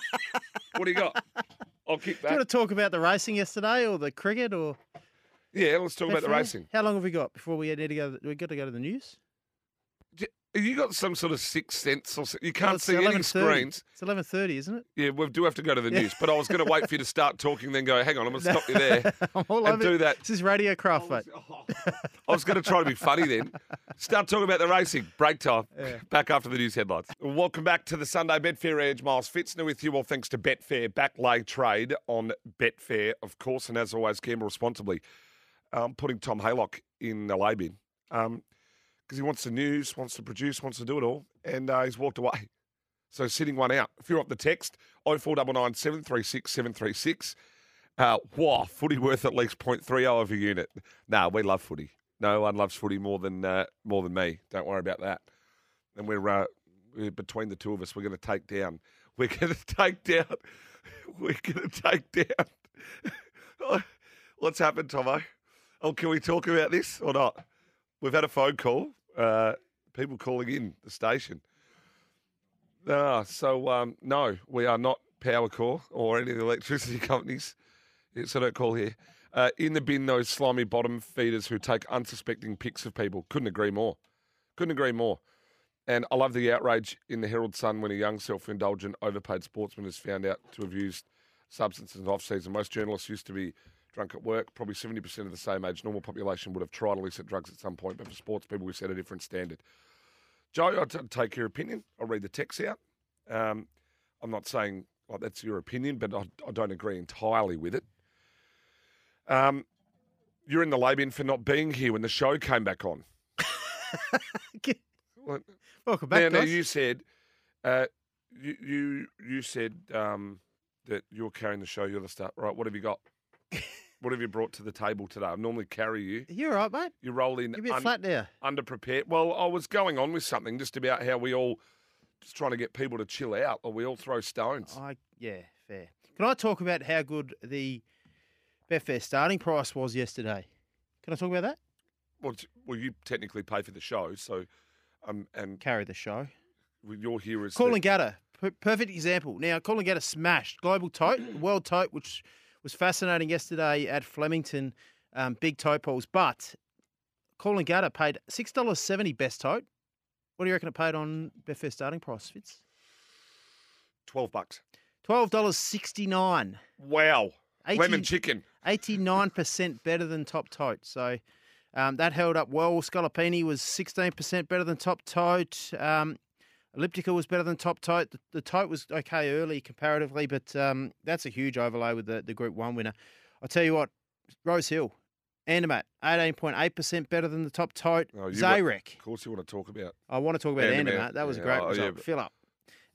Speaker 2: what do you got? I'll kick
Speaker 3: Do you
Speaker 2: that.
Speaker 3: want to talk about the racing yesterday or the cricket or
Speaker 2: Yeah. Let's talk about the
Speaker 3: Betfair?
Speaker 2: racing.
Speaker 3: How long have we got before we need to go? We got to go to the news.
Speaker 2: You got some sort of sixth sense or so. You
Speaker 3: Well,
Speaker 2: can't
Speaker 3: it's
Speaker 2: see any
Speaker 3: 11:30.
Speaker 2: screens.
Speaker 3: It's eleven thirty, isn't it?
Speaker 2: Yeah, we do have to go to the news, but I was going to wait for you to start talking, then go, hang on, I'm going to stop you
Speaker 3: *laughs*
Speaker 2: there.
Speaker 3: I'm all
Speaker 2: And
Speaker 3: over
Speaker 2: do
Speaker 3: it.
Speaker 2: that. Oh,
Speaker 3: This is radio craft, mate.
Speaker 2: *laughs* I was going to try to be funny then. Start talking about the racing. Break time. Back after the news headlines. Welcome back to the Sunday Betfair Edge. Miles Fitzner with you. All thanks to Betfair. Back lay trade on Betfair, of course. And as always, gamble responsibly. Um, putting Tom Haylock in the lay bin because he wants the news, wants to produce, wants to do it all. And uh, he's walked away. So sitting one out. If you're up the text, 0499 736 736. Uh, wow, footy worth at least 0.30 of a unit. No, we love footy. No one loves footy more than uh, more than me. Don't worry about that. And we're, uh, we're between the two of us. We're going to take down. *laughs* We're going to take down. *laughs* We're going to take down. *laughs* What's happened, Tomo? Oh, can we talk about this or not? We've had a phone call. Uh, people calling in the station. Ah, so um, no, we are not Power Core or any of the electricity *laughs* companies. Yeah, So don't call here. Uh, in the bin, those slimy bottom feeders who take unsuspecting pics of people. Couldn't agree more. Couldn't agree more. And I love the outrage in the Herald Sun when a young, self indulgent, overpaid sportsman is found out to have used substances in the off season. Most journalists used to be drunk at work. Probably 70% of the same age normal population would have tried illicit drugs at some point, but for sports people, we set a different standard. Joe, I'll t- take your opinion. I'll read the text out. Um, I'm not saying like that's your opinion, but I, I don't agree entirely with it. Um, you're in the lay bin for not being here when the show came back on.
Speaker 3: *laughs*
Speaker 2: Well,
Speaker 3: Welcome
Speaker 2: now,
Speaker 3: back,
Speaker 2: now
Speaker 3: guys.
Speaker 2: you said, uh, you you you said um, that you're carrying the show. You're the star, right? What have you got? What have you brought to the table today? I normally carry you.
Speaker 3: You all right, mate?
Speaker 2: You roll in
Speaker 3: You're a bit
Speaker 2: un-
Speaker 3: flat there.
Speaker 2: underprepared. Well, I was going on with something just about how we all just trying to get people to chill out, or we all throw stones.
Speaker 3: I yeah, fair. Can I talk about how good the Betfair starting price was yesterday? Can I talk about that?
Speaker 2: Well, t- well, you technically pay for the show, so um, and
Speaker 3: Carry the show.
Speaker 2: you're here as the-
Speaker 3: Colin Gatter, per- perfect example. Now, Colin Gatter smashed global tote, world tote, which was fascinating yesterday at Flemington, um, big tote polls. But Colin Gatter paid six dollars seventy best tote. What do you reckon it paid on Betfair starting price, Fitz?
Speaker 2: twelve bucks.
Speaker 3: Twelve dollars sixty nine.
Speaker 2: Wow, lemon
Speaker 3: 80
Speaker 2: chicken.
Speaker 3: 89% better than top tote. So um, that held up well. Scalapini was 16% better than top tote. Um, Elliptica was better than top tote. The, the tote was okay early comparatively, but um, that's a huge overlay with the, the Group 1 winner. I'll tell you what, Rose Hill, Andermatt, 18.8% better than the top tote.
Speaker 2: Oh, you wa-
Speaker 3: Zayrek,
Speaker 2: Of course, you want to talk about.
Speaker 3: I want to talk about
Speaker 2: Andermatt,
Speaker 3: Andermatt. That was a
Speaker 2: yeah.
Speaker 3: great
Speaker 2: Oh, yeah,
Speaker 3: result.
Speaker 2: but-
Speaker 3: Fill up.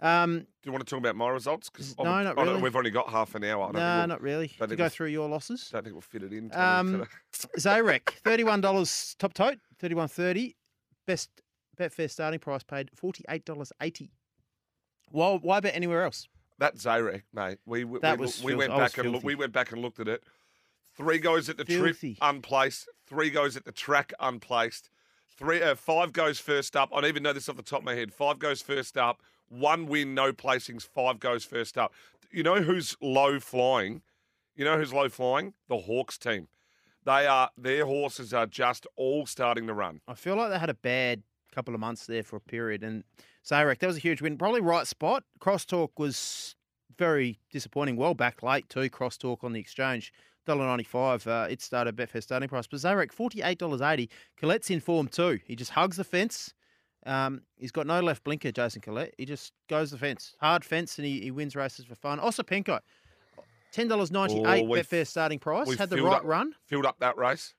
Speaker 3: Um,
Speaker 2: Do you want to talk about my results? Because
Speaker 3: No, not really.
Speaker 2: We've only got half an hour. I don't,
Speaker 3: no,
Speaker 2: think,
Speaker 3: not really.
Speaker 2: don't
Speaker 3: To
Speaker 2: think
Speaker 3: go
Speaker 2: we've-
Speaker 3: through your losses.
Speaker 2: we'll, don't think we'll fit it in.
Speaker 3: Um,
Speaker 2: Tony, today.
Speaker 3: *laughs* Zarek, thirty-one dollars top tote, thirty-one thirty. Best Betfair starting price paid forty-eight dollars eighty. Why, why bet anywhere else?
Speaker 2: That Zarek, mate. We we,
Speaker 3: That
Speaker 2: we,
Speaker 3: was
Speaker 2: we
Speaker 3: filth-
Speaker 2: went
Speaker 3: I was
Speaker 2: back and look,
Speaker 3: filthy.
Speaker 2: we went back and looked at it. Three goes at the
Speaker 3: Filthy.
Speaker 2: trip unplaced. Three goes at the track unplaced. Three uh, five goes first up. I don't even know this off the top of my head. Five goes first up. One win, no placings. Five goes first up. You know who's low flying? You know who's low flying? The Hawks team. They are their horses are just all starting to run.
Speaker 3: Um, I feel like they had a bad couple of months there for a period, and Zarek that was a huge win. Probably right spot. Crosstalk was very disappointing. Well back late too. Crosstalk on the exchange. Dollar ninety-five. Uh, it started Betfair starting price, but Zarek forty-eight dollars eighty. Collette's in form too. He just hugs the fence. Um, he's got no left blinker, Jason Collette. He just goes the fence, hard fence, and he, he wins races for fun. Ossipenko, ten dollars ninety-eight.
Speaker 2: Oh, we-
Speaker 3: Betfair starting price
Speaker 2: we
Speaker 3: had the
Speaker 2: filled
Speaker 3: right
Speaker 2: up-
Speaker 3: run.
Speaker 2: Filled up that race.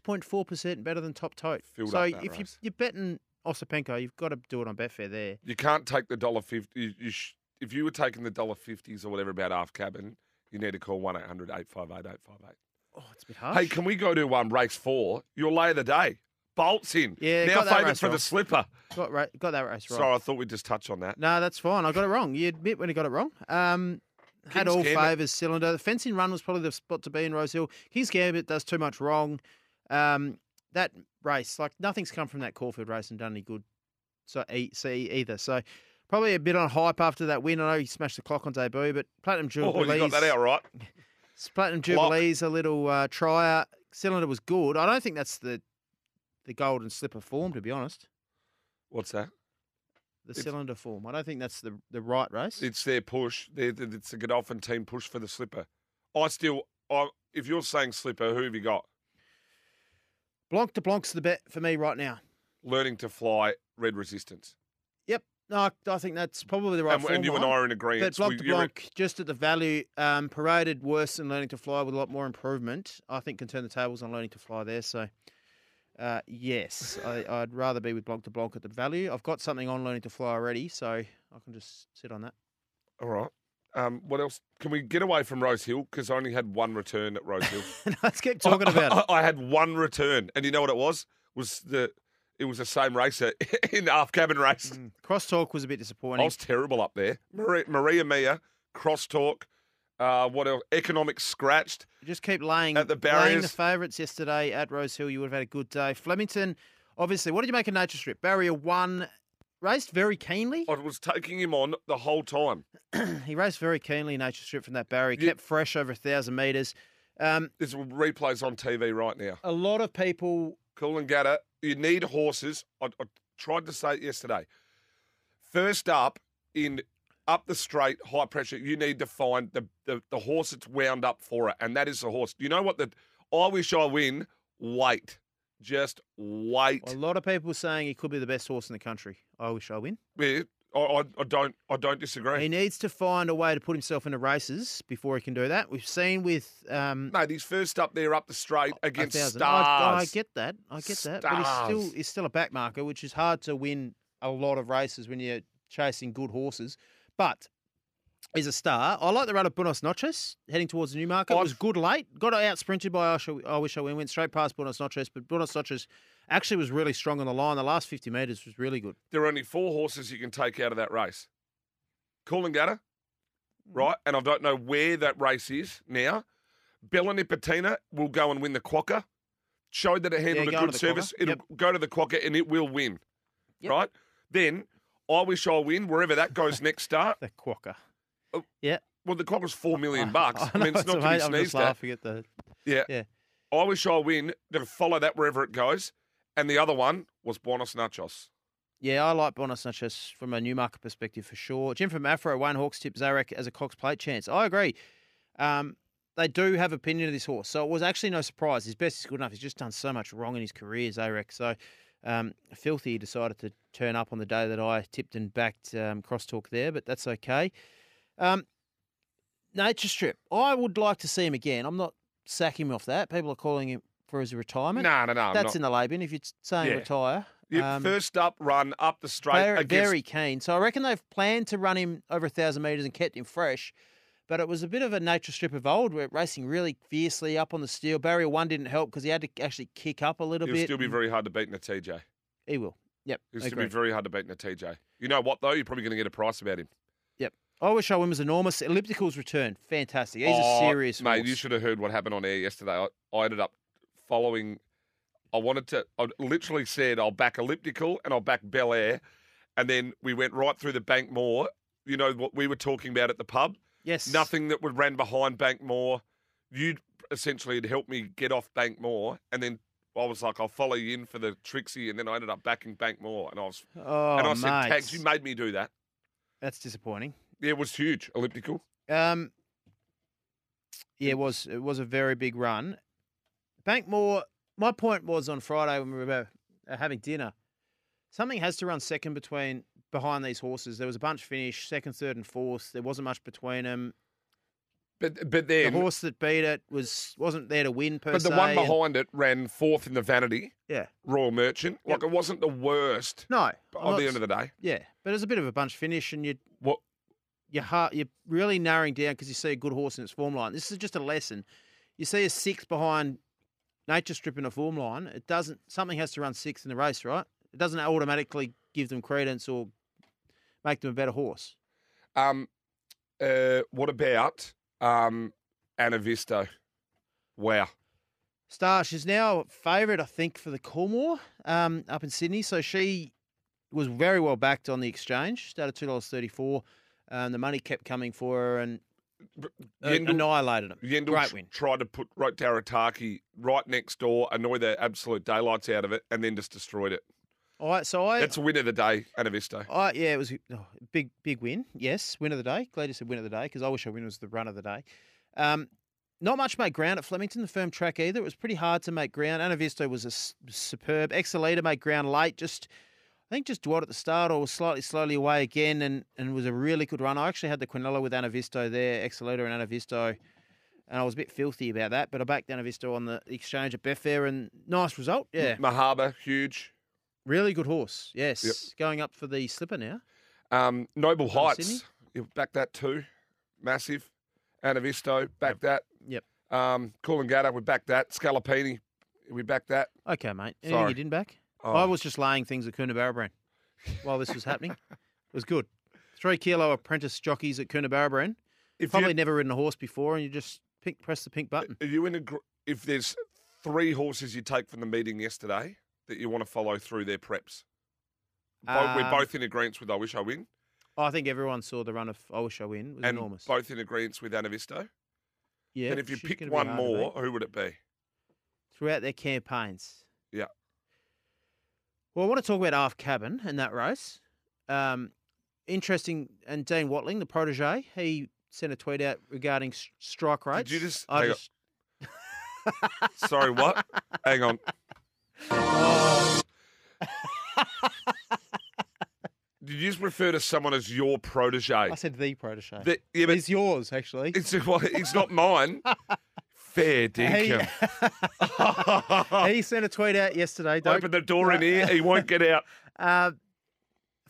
Speaker 3: 46.4% better than top tote.
Speaker 2: Filled
Speaker 3: so
Speaker 2: up that
Speaker 3: if you,
Speaker 2: race.
Speaker 3: you're betting Osipenko, you've got to do it on Betfair there.
Speaker 2: You can't take the dollar fifty. You, you sh- if you were taking the dollar fifties or whatever about half cabin, you need to call one 800 858 858
Speaker 3: Oh, it's a bit harsh.
Speaker 2: Hey, can we go to um, race four? Your lay of the day. Bolts in.
Speaker 3: Yeah,
Speaker 2: now
Speaker 3: got that
Speaker 2: favourite
Speaker 3: race
Speaker 2: for
Speaker 3: wrong.
Speaker 2: the slipper.
Speaker 3: got, ra- got that race right.
Speaker 2: Sorry, I thought we'd just touch on that.
Speaker 3: No, that's fine. I got it wrong. You admit when you got it wrong. Um, had
Speaker 2: King's
Speaker 3: all
Speaker 2: Gambit.
Speaker 3: favours cylinder. The fencing run was probably the spot to be in Rose Hill. King's Gambit does too much wrong. Um, that race, like nothing's come from that Caulfield race and done any good. So e- see either. So probably a bit on hype after that win. I know he smashed the clock on debut, but Platinum Jewel.
Speaker 2: Oh, you got that out right.
Speaker 3: Platinum
Speaker 2: Clock.
Speaker 3: Jubilee's a little uh, trier. Cylinder was good. I don't think that's the the golden slipper form, to be honest.
Speaker 2: What's that?
Speaker 3: The cylinder form. I don't think that's the, the right race.
Speaker 2: It's their push. They're, they're- it's the Godolphin team push for the slipper. I still, I, if you're saying slipper, who have you got?
Speaker 3: Blanc de Blanc's the bet for me right now.
Speaker 2: Learning to fly, red resistance.
Speaker 3: Yep. No, I, I think that's probably the right
Speaker 2: and,
Speaker 3: form.
Speaker 2: and you and I
Speaker 3: line.
Speaker 2: are in agreement.
Speaker 3: But Blanc de Blanc, just at the value, um, paraded worse than learning to fly with a lot more improvement. I think can turn the tables on learning to fly there. So, uh, yes, I, I'd rather be with Blanc de Blanc at the value. I've got something on learning to fly already, so I can just sit on that. *laughs*
Speaker 2: All right. Um, what else? Can we get away from Rose Hill? Because I only had one return at Rose Hill.
Speaker 3: Let's keep *laughs*
Speaker 2: *laughs* Oh,
Speaker 3: talking about it.
Speaker 2: I, I had one return, and you know what it was? Was the it was the same racer *laughs* in the half cabin race.
Speaker 3: Mm, Crosstalk was a bit
Speaker 2: I
Speaker 3: disappointing.
Speaker 2: was terrible up there. Maria, Maria Mia, crosstalk. Uh, what else? Economic scratched.
Speaker 3: Just keep laying
Speaker 2: At the
Speaker 3: Laying the
Speaker 2: barriers.
Speaker 3: favourites yesterday at Rose Hill, you would have had a good day. Flemington, obviously, what did you make of Nature Strip? Barrier one raced very keenly.
Speaker 2: I was taking him on the whole time.
Speaker 3: *clears throat* he raced very keenly. Nature Strip from that barrier
Speaker 2: Yeah.
Speaker 3: kept fresh over a thousand metres. Um,
Speaker 2: There's replays on TV right now.
Speaker 3: a lot of people.
Speaker 2: Cool and Gatter, you need horses. I, I tried to say it yesterday. First up in up the straight, high pressure, you need to find the, the, the horse that's wound up for it, and that is the horse. You know what? The I wish I win. Wait, just wait.
Speaker 3: A lot of people saying he could be the best horse in the country. I wish I win.
Speaker 2: I, I, I don't I don't disagree.
Speaker 3: He needs to find a way to put himself into races before he can do that. We've seen with um,
Speaker 2: Mate, he's first up there up the straight against
Speaker 3: 1,000.
Speaker 2: stars.
Speaker 3: I, I get that. I get that. But he's
Speaker 2: Stars.
Speaker 3: still he's still a backmarker, which is hard to win a lot of races when you're chasing good horses. But is a star. I like the run of Buenos Noches heading towards the new market. It
Speaker 2: I've-
Speaker 3: was good late. Got out sprinted by I, Shall- I Wish I Win. Went straight past Buenos Noches, but Buenos Noches actually was really strong on the line. The last 50 metres was really good.
Speaker 2: There are only four horses you can take out of that race. Cool and Gutter,
Speaker 3: Mm-hmm.
Speaker 2: right? And I don't know where that race is now. Bella Nipotina will go and win the Quokka. Showed that it handled
Speaker 3: go
Speaker 2: a
Speaker 3: to
Speaker 2: good
Speaker 3: the
Speaker 2: service.
Speaker 3: Quokka.
Speaker 2: It'll go to the Quokka and it will win, right? Then I wish I win wherever that goes next start.
Speaker 3: The quokka.
Speaker 2: Oh,
Speaker 3: yeah.
Speaker 2: Well, the Quokka's four
Speaker 3: *laughs*
Speaker 2: million bucks. I, mean, it's not to be
Speaker 3: amazing. I'm just
Speaker 2: sneezed at.
Speaker 3: laughing at the.
Speaker 2: Yeah.
Speaker 3: Yeah.
Speaker 2: I wish I win. Then follow that wherever it goes. And the other one was Buenos Nachos.
Speaker 3: Yeah, I like Buenos Noches from a new market perspective for sure. Jim from Afro, Wayne Hawks tip Zarek as a Cox plate chance. I agree. Um, they do have opinion of this horse, so it was actually no surprise. His best is good enough. He's just done so much wrong in his career, Zarek. So um, filthy decided to turn up on the day that I tipped and backed um, crosstalk there, but that's okay. Um, Nature Strip, I would like to see him again. I'm not sacking him off that. People are calling him for his retirement.
Speaker 2: No, no, no. I'm
Speaker 3: that's
Speaker 2: not.
Speaker 3: in the Laban. If you're saying
Speaker 2: Yeah.
Speaker 3: retire.
Speaker 2: Yeah,
Speaker 3: um,
Speaker 2: first up run up the straight
Speaker 3: they're
Speaker 2: against
Speaker 3: very keen. So I reckon they've planned to run him over a thousand metres and kept him fresh. But it was a bit of a nature strip of old, where racing really fiercely up on the steel. Barrier one didn't help because he had to actually kick up a little
Speaker 2: He'll
Speaker 3: bit.
Speaker 2: still be very hard to beat in a TJ.
Speaker 3: He will. Yep.
Speaker 2: He'll still be
Speaker 3: agreed.
Speaker 2: very hard to beat in a TJ. You know what though? You're probably going to get a price about him.
Speaker 3: Yep. I wish I win was enormous. Elliptical's return, fantastic. He's
Speaker 2: Oh,
Speaker 3: a serious
Speaker 2: mate.
Speaker 3: horse.
Speaker 2: You should have heard what happened on air yesterday. I, I ended up following. I wanted to. I literally said I'll back elliptical and I'll back Bel Air, and then we went right through the Bankmore. You know what we were talking about at the pub?
Speaker 3: Yes.
Speaker 2: Nothing that would ran behind Bankmore. You essentially had helped me get off Bankmore, and then I was like, I'll follow you in for the Trixie, and then I ended up backing Bankmore, and I was
Speaker 3: Oh,
Speaker 2: and I
Speaker 3: mate.
Speaker 2: said, Tags, you made me do that.
Speaker 3: That's disappointing.
Speaker 2: Yeah, it was huge. Elliptical.
Speaker 3: Um, yeah, it was it was a very big run. Bankmore. My point was on Friday when we were uh, having dinner. Something has to run second between behind these horses. There was a bunch finish second, third, and fourth. There wasn't much between them.
Speaker 2: But but
Speaker 3: The
Speaker 2: then
Speaker 3: horse that beat it was wasn't there to win per
Speaker 2: but the
Speaker 3: se,
Speaker 2: one
Speaker 3: and-
Speaker 2: behind it ran fourth in the vanity,
Speaker 3: yeah,
Speaker 2: Royal Merchant. Like
Speaker 3: Yep.
Speaker 2: it wasn't the worst
Speaker 3: no, I'm
Speaker 2: on
Speaker 3: not-
Speaker 2: the end of the day.
Speaker 3: yeah, but it was a bit of a bunch finish, and you
Speaker 2: What
Speaker 3: your heart you're really narrowing down because you see a good horse in its form line. This is just a lesson. You see a six behind nature strip in a form line. It doesn't something has to run six in the race, right? It doesn't automatically give them credence or make them a better horse.
Speaker 2: um uh what about um Anavisto? Wow.
Speaker 3: Star, she's now favourite, I think, for the Coolmore um, up in Sydney. So she was very well backed on the exchange. Started two dollars thirty four. Um, the money kept coming for her and uh,
Speaker 2: Yendel-
Speaker 3: annihilated him.
Speaker 2: Yendel
Speaker 3: Great
Speaker 2: tr-
Speaker 3: win.
Speaker 2: tried to put wrote Darataki right next door, annoy the absolute daylights out of it, and then just destroyed it.
Speaker 3: All right, so I
Speaker 2: That's a win of the day, Anavisto.
Speaker 3: Uh, yeah, it was a oh, big, big win. Yes, win of the day. Glad you said win of the day because I wish I win was the run of the day. Um, not much made ground at Flemington, the firm track either. It was pretty hard to make ground. Anavisto was a s- superb. Exalita made ground late. Just, I think, just dwelled at the start or was slightly slowly away again, and and was a really good run. I actually had the Quinella with Anavisto there, Exalita and Anavisto, and I was a bit filthy about that, but I backed Anavisto on the exchange at Betfair, and nice result. Yeah,
Speaker 2: Mahaba, huge.
Speaker 3: really good horse. Yes, going up for the slipper now.
Speaker 2: Um, Noble
Speaker 3: From
Speaker 2: Heights,
Speaker 3: Sydney?
Speaker 2: you back that too. Massive. Anavisto, back that.
Speaker 3: Yep.
Speaker 2: Um, cool and Gatta, we back that. Scalapini, we back that.
Speaker 3: Okay, mate. Anything
Speaker 2: Sorry.
Speaker 3: you didn't back?
Speaker 2: Oh.
Speaker 3: I was just laying things at Coonabarra Brand while this was happening. it was good. Three kilo apprentice jockeys at Coonabarra Brand.
Speaker 2: If
Speaker 3: Probably
Speaker 2: you,
Speaker 3: never ridden a horse before, and you just pick, press the pink button.
Speaker 2: are you in a gr- if there's three horses you take from the meeting yesterday that you want to follow through their preps, Bo- we're
Speaker 3: Um,
Speaker 2: both in agreement with I Wish I Win,
Speaker 3: I think everyone saw the run of I Wish I Win. It was
Speaker 2: and
Speaker 3: enormous.
Speaker 2: both in agreement with Anavisto.
Speaker 3: yeah,
Speaker 2: and if you
Speaker 3: she's
Speaker 2: pick
Speaker 3: gonna be
Speaker 2: one
Speaker 3: hard to
Speaker 2: more,
Speaker 3: beat
Speaker 2: who would
Speaker 3: *laughs*
Speaker 2: it be?
Speaker 3: throughout their campaigns.
Speaker 2: Yeah.
Speaker 3: Well, I want to talk about Half Cabin and that race. Um, interesting. And Dean Watling, the protege, he sent a tweet out regarding s- strike rates.
Speaker 2: you just-
Speaker 3: I
Speaker 2: hang on.
Speaker 3: just
Speaker 2: Sorry, what? Hang
Speaker 3: *laughs*
Speaker 2: on. Did you just refer to someone as your protege?
Speaker 3: I said the protege.
Speaker 2: The- yeah, but
Speaker 3: it's yours, actually.
Speaker 2: it's, well, it's not
Speaker 3: *laughs*
Speaker 2: mine. Fair *laughs* dinkum.
Speaker 3: he sent a tweet out yesterday. Don't, *laughs*
Speaker 2: Open the door in here. He won't get out.
Speaker 3: uh,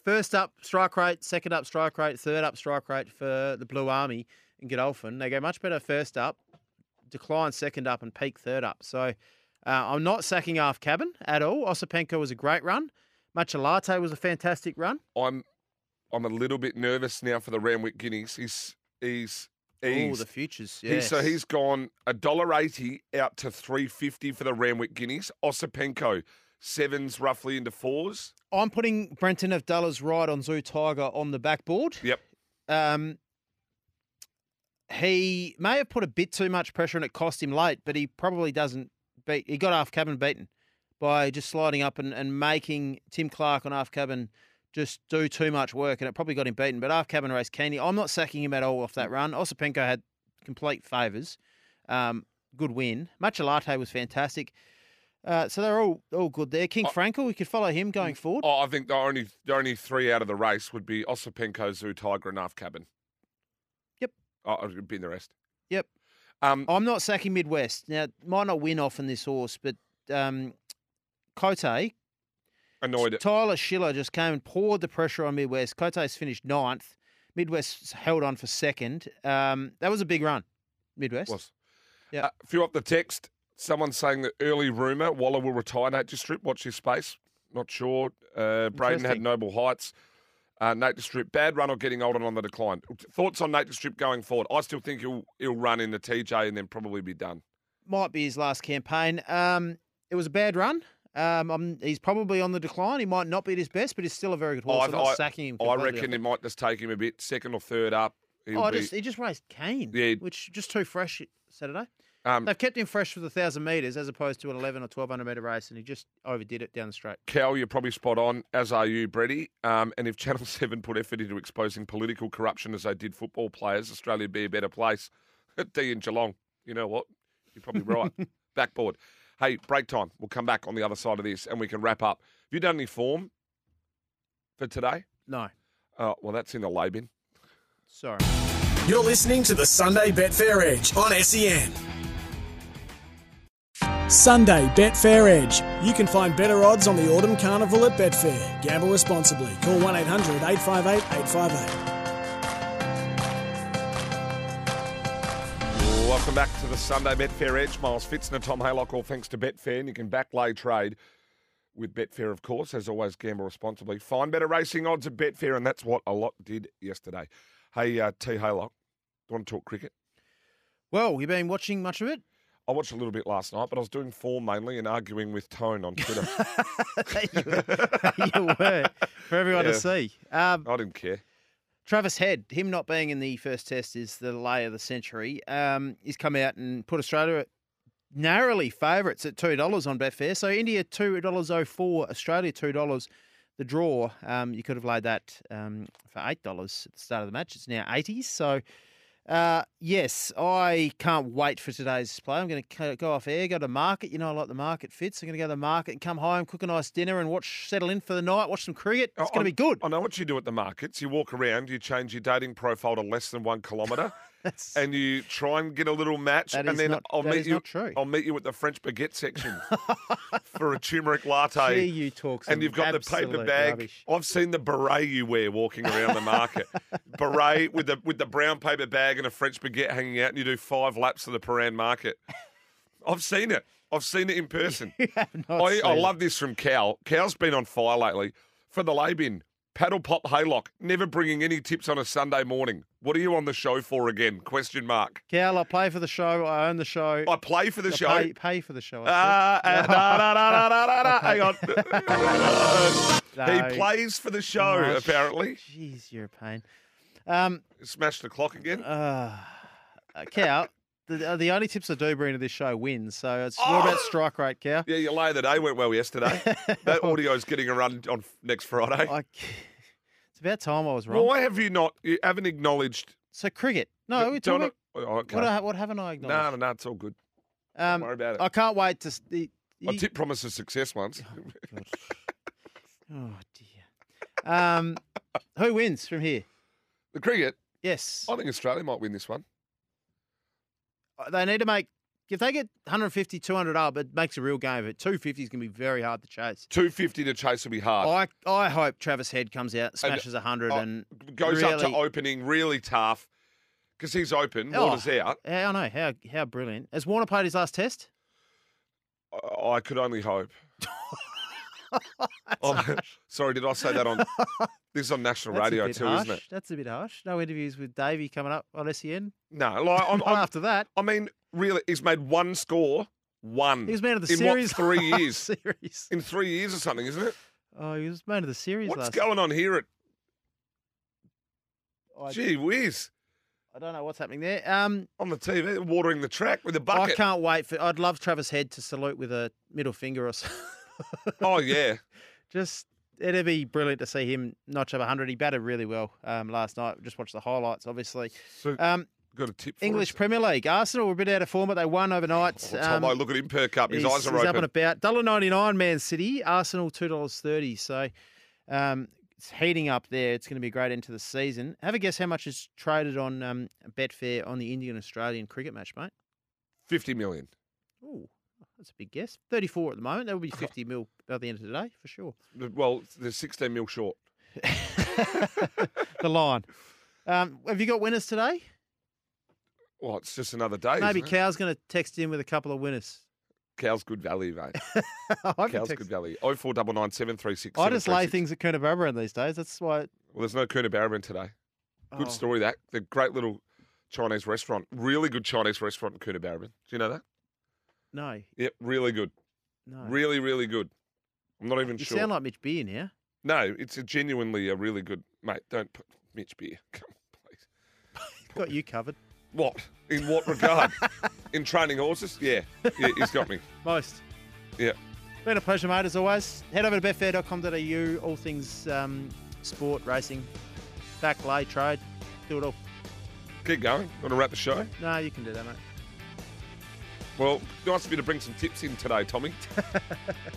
Speaker 3: first up strike rate, second up strike rate, third up strike rate for the Blue Army in Godolphin. They go much better first up, decline second up, and peak third up. So uh, I'm not sacking half cabin at all. Osipenko was a great run. Machalate was a fantastic run.
Speaker 2: I'm I'm a little bit nervous now for the Ramwick Guineas. He's he's
Speaker 3: Oh,
Speaker 2: he's
Speaker 3: the futures.
Speaker 2: he-
Speaker 3: Yes.
Speaker 2: so he's gone a dollar eighty out to three fifty for the Ramwick Guineas. Osipenko sevens roughly into fours.
Speaker 3: I'm putting Brenton Avdullah's ride on Zoo Tiger on the backboard.
Speaker 2: Yep.
Speaker 3: Um, he may have put a bit too much pressure and it cost him late, but he probably doesn't beat. He got half cabin beaten by just sliding up and, and making Tim Clark on half cabin just do too much work, and it probably got him beaten. But half cabin race Candy, I'm not sacking him at all off that run. Osipenko had complete favours. Um, good win. Machalate was fantastic. Uh, so they're all all good there. King Frankel, we could follow him going forward.
Speaker 2: Oh, I think the only the only three out of the race would be Osipenko, Zoo Tiger, and Half Cabin.
Speaker 3: Yep. Oh,
Speaker 2: Oh, it'd be the rest.
Speaker 3: Yep.
Speaker 2: Um,
Speaker 3: I'm not sacking Midwest. Now, might not win often this horse, but um, Cote,
Speaker 2: annoyed. at
Speaker 3: Tyler Schiller just came and poured the pressure on Midwest. Cote's finished ninth. Midwest held on for second. Um, that was a big run, Midwest.
Speaker 2: Was.
Speaker 3: Yeah.
Speaker 2: Uh, few up the text. Someone saying that early rumour Waller will retire Nate Distrip. Watch this space. Not sure. Uh, Braden had
Speaker 3: Interesting.
Speaker 2: noble heights. Uh, Nate Distrip, bad run or getting old and on the decline. Thoughts on Nate Distrip going forward? I still think he'll he'll run in the TJ and then probably be done.
Speaker 3: Might be his last campaign. Um, it was a bad run. Um, I'm, he's probably on the decline. He might not be at his best, but he's still a very good horse. I'm not sacking him.
Speaker 2: Oh, I
Speaker 3: completely off
Speaker 2: reckon
Speaker 3: it.
Speaker 2: it might just take him a bit, second or third up. He'll
Speaker 3: Oh, I
Speaker 2: be-
Speaker 3: just, he just raced Kane,
Speaker 2: Yeah.
Speaker 3: which just too fresh Saturday.
Speaker 2: um,
Speaker 3: They've kept him fresh for the thousand meters as opposed to an eleven or twelve hundred meter race, and he just overdid it down the straight.
Speaker 2: Cal, you're probably spot on, as are you, Brady. Um, and if Channel *laughs* 7 put effort into exposing political corruption as they did football players, Australia would be a better place. *laughs* D in Geelong. You know what? You're probably right. Backboard. Hey, break time. We'll come back on the other side of this and we can wrap up. Have you done any form for today?
Speaker 3: No,
Speaker 2: Uh, well, that's in the lay bin.
Speaker 3: sorry.
Speaker 1: You're listening to the Sunday Betfair Edge on E SEN. Sunday Betfair Edge. You can find better odds on the Autumn Carnival at Betfair. Gamble responsibly. Call 1 800 858 858.
Speaker 2: Welcome back to the Sunday Betfair Edge. Miles Fitzner, Tom Haylock, all thanks to Betfair. And you can backlay trade with Betfair, of course. As always, gamble responsibly. Find better racing odds at Betfair, and that's what a lot did yesterday. Hey, uh, T Haylock, do you want to talk cricket?
Speaker 3: Well, you've been watching much of it. *laughs*
Speaker 2: I watched a little bit last night, but I was doing form mainly and arguing with Tone on Twitter.
Speaker 3: you, were- you were for everyone
Speaker 2: Yeah.
Speaker 3: to see. Um,
Speaker 2: I didn't care.
Speaker 3: Travis Head, him not being in the first test is the lay of the century. Um, he's come out and put Australia at narrowly favourites at two dollars on Betfair. So India two dollars oh four, Australia two dollars. The draw, um, you could have laid that um, for eight dollars at the start of the match. It's now eighty. So uh, yes, I can't wait for today's play. I'm going to go off air, go to market. You know, I like the market fits. I'm going to go to the market and come home, cook a nice dinner, and watch settle in for the night. Watch some cricket. It's
Speaker 2: I-
Speaker 3: going to be good.
Speaker 2: I know what you do at the markets. You walk around, you change your dating profile to less than one kilometre.
Speaker 3: *laughs* That's-
Speaker 2: and you try and get a little match,
Speaker 3: That
Speaker 2: and
Speaker 3: is
Speaker 2: then
Speaker 3: not-
Speaker 2: I'll
Speaker 3: that
Speaker 2: meet
Speaker 3: is
Speaker 2: you.
Speaker 3: not true.
Speaker 2: I'll meet you at the French baguette
Speaker 3: *laughs*
Speaker 2: section for a turmeric latte.
Speaker 3: Gee, you talk some
Speaker 2: and you've got the paper
Speaker 3: absolute
Speaker 2: bag.
Speaker 3: rubbish.
Speaker 2: I've seen the beret you wear walking around the
Speaker 3: *laughs*
Speaker 2: market. beret with the with the brown paper bag and a French baguette hanging out, and you do five laps of the Paran market. I've seen it. I've seen it in
Speaker 3: *laughs*
Speaker 2: person.
Speaker 3: Not
Speaker 2: I, I
Speaker 3: seen.
Speaker 2: love this from Cal. Cal's been on fire lately for the lay bin. Paddle pop haylock, never bringing any tips on a Sunday morning. What are you on the show for again? Question mark.
Speaker 3: Cal, I play for the show. I own the show.
Speaker 2: I play for the
Speaker 3: I
Speaker 2: show.
Speaker 3: Pay, pay for the show. I
Speaker 2: Ah,
Speaker 3: *laughs*
Speaker 2: ah, da, da, da, da, da, da. Hang on. *laughs*
Speaker 3: said.
Speaker 2: he plays for the show,
Speaker 3: Oh, sh-
Speaker 2: apparently.
Speaker 3: Jeez, you're a pain. Um,
Speaker 2: Smash the clock again.
Speaker 3: uh, Cal, the, uh, the only tips I do bring to this show wins. So it's more about strike rate, Cal.
Speaker 2: Yeah, your lay of the day went well
Speaker 3: *laughs*
Speaker 2: yesterday. Oh! that
Speaker 3: Oh.
Speaker 2: audio's getting a run on f- next Friday.
Speaker 3: I, it's about time I was Oh, wrong.
Speaker 2: Why have you not? You haven't acknowledged.
Speaker 3: So cricket. No, we're talking.
Speaker 2: Don't-
Speaker 3: About,
Speaker 2: oh, okay.
Speaker 3: what, I, what haven't I
Speaker 2: no,
Speaker 3: acknowledged?
Speaker 2: no, no, it's all good.
Speaker 3: um,
Speaker 2: worry about it.
Speaker 3: I can't wait to. s- The,
Speaker 2: I
Speaker 3: you-
Speaker 2: did promise a success once.
Speaker 3: God. oh dear. Um, who wins from here?
Speaker 2: The cricket.
Speaker 3: Yes.
Speaker 2: I think Australia might win this one.
Speaker 3: Uh, They need to make If they get 150, 200 up, it makes a real game of it. 250 is going to be very hard to chase.
Speaker 2: 250 to chase will be hard.
Speaker 3: I, I hope Travis Head comes out, smashes 100,
Speaker 2: Oh,
Speaker 3: and
Speaker 2: goes up to
Speaker 3: really-
Speaker 2: opening really tough because he's open.
Speaker 3: Oh.
Speaker 2: Warner's out.
Speaker 3: Yeah, I know. How, how brilliant. Has Warner played his last test?
Speaker 2: I- I could only
Speaker 3: *laughs*
Speaker 2: hope. Oh, *laughs* sorry, did I say that
Speaker 3: *laughs*
Speaker 2: on? This is on national
Speaker 3: That's a
Speaker 2: radio
Speaker 3: bit
Speaker 2: too,
Speaker 3: harsh.
Speaker 2: isn't it?
Speaker 3: That's a bit harsh. No interviews with Davey coming up on SEN.
Speaker 2: No, like I'm,
Speaker 3: Not *laughs*
Speaker 2: I'm,
Speaker 3: after that,
Speaker 2: I mean, really, he's made one score, one
Speaker 3: he was man of the
Speaker 2: in
Speaker 3: series. *laughs*
Speaker 2: what three
Speaker 3: last
Speaker 2: years?
Speaker 3: Series.
Speaker 2: In three years or something, isn't it?
Speaker 3: Oh, he was man of the series
Speaker 2: What's
Speaker 3: last.
Speaker 2: going on here? At
Speaker 3: I,
Speaker 2: gee whiz
Speaker 3: I don't know what's happening there. Um,
Speaker 2: on the TV, watering the track with a
Speaker 3: I
Speaker 2: bucket.
Speaker 3: can't wait for. I'd love Travis Head to salute with a middle finger or *laughs* something.
Speaker 2: Oh
Speaker 3: *laughs*
Speaker 2: yeah,
Speaker 3: Just it'd be brilliant to see him notch up 100. He batted really well um, last night. Just watched the highlights, obviously.
Speaker 2: so,
Speaker 3: Um,
Speaker 2: got a tip. For
Speaker 3: English
Speaker 2: us.
Speaker 3: Premier League. Arsenal were a bit out of form, but they won overnight.
Speaker 2: Oh, Tom, I look at him perk up. His
Speaker 3: Um, he's,
Speaker 2: eyes are
Speaker 3: he's up
Speaker 2: open.
Speaker 3: and about. Dollar ninety nine, Man City. Arsenal two dollars thirty. So um, it's heating up there. It's going to be a great end to the season. Have a guess how much is traded on um, Betfair on the Indian Australian cricket match, mate?
Speaker 2: Fifty million.
Speaker 3: Ooh, that's a big guess. Thirty four at the moment. *laughs* That will be fifty mil by the end of the day for *laughs* sure.
Speaker 2: Well, they're sixteen mil short.
Speaker 3: the line. Um, have you got winners today?
Speaker 2: Well, it's just another day.
Speaker 3: Maybe
Speaker 2: isn't it?
Speaker 3: Cow's going to text in with a couple of
Speaker 2: *laughs*
Speaker 3: winners.
Speaker 2: Cow's good value, mate.
Speaker 3: *laughs* I haven't
Speaker 2: Cow's
Speaker 3: texted-
Speaker 2: good value. Oh four double nine seven three six.
Speaker 3: I just lay things at Coonabarabra in these days. That's why.
Speaker 2: Well, there's no Kuna Barabin today. Good
Speaker 3: oh.
Speaker 2: story that. The great little Chinese restaurant. Really good Chinese restaurant in Kuna Barabin. Do you know that?
Speaker 3: No,
Speaker 2: Yep, really good.
Speaker 3: no.
Speaker 2: Really, really good. I'm not even
Speaker 3: Oh. You
Speaker 2: sure.
Speaker 3: sound like Mitch Beer now.
Speaker 2: no, it's a genuinely a really good mate. Don't put Mitch beer. *laughs* Come on, please.
Speaker 3: Got you covered.
Speaker 2: What? In what regard?
Speaker 3: *laughs*
Speaker 2: in training horses? Yeah. Yeah, he's got me.
Speaker 3: Most.
Speaker 2: Yeah.
Speaker 3: Been a pleasure, mate, as always. Head over to betfair.com.au, all things um, sport, racing, back lay, trade. Do it all.
Speaker 2: Keep going. Want to wrap the show?
Speaker 3: No, you can do that, mate.
Speaker 2: Well, nice of you to bring some tips in today, Tommy.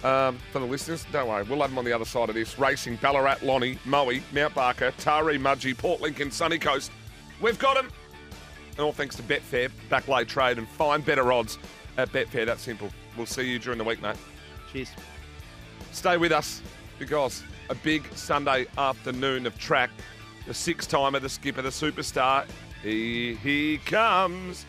Speaker 2: um, for the listeners, don't worry, we'll have them on the other side of this. Racing, Ballarat, Lonnie, Moe, Mount Barker, Taree, Mudgee, Port Lincoln, Sunny Coast. We've got them. And all thanks to Betfair, Backlay Trade, and find better odds at Betfair. That's simple. We'll see you during the week, mate.
Speaker 3: Cheers.
Speaker 2: Stay with us because a big Sunday afternoon of track. The six timer, the skipper, the superstar. Here he comes.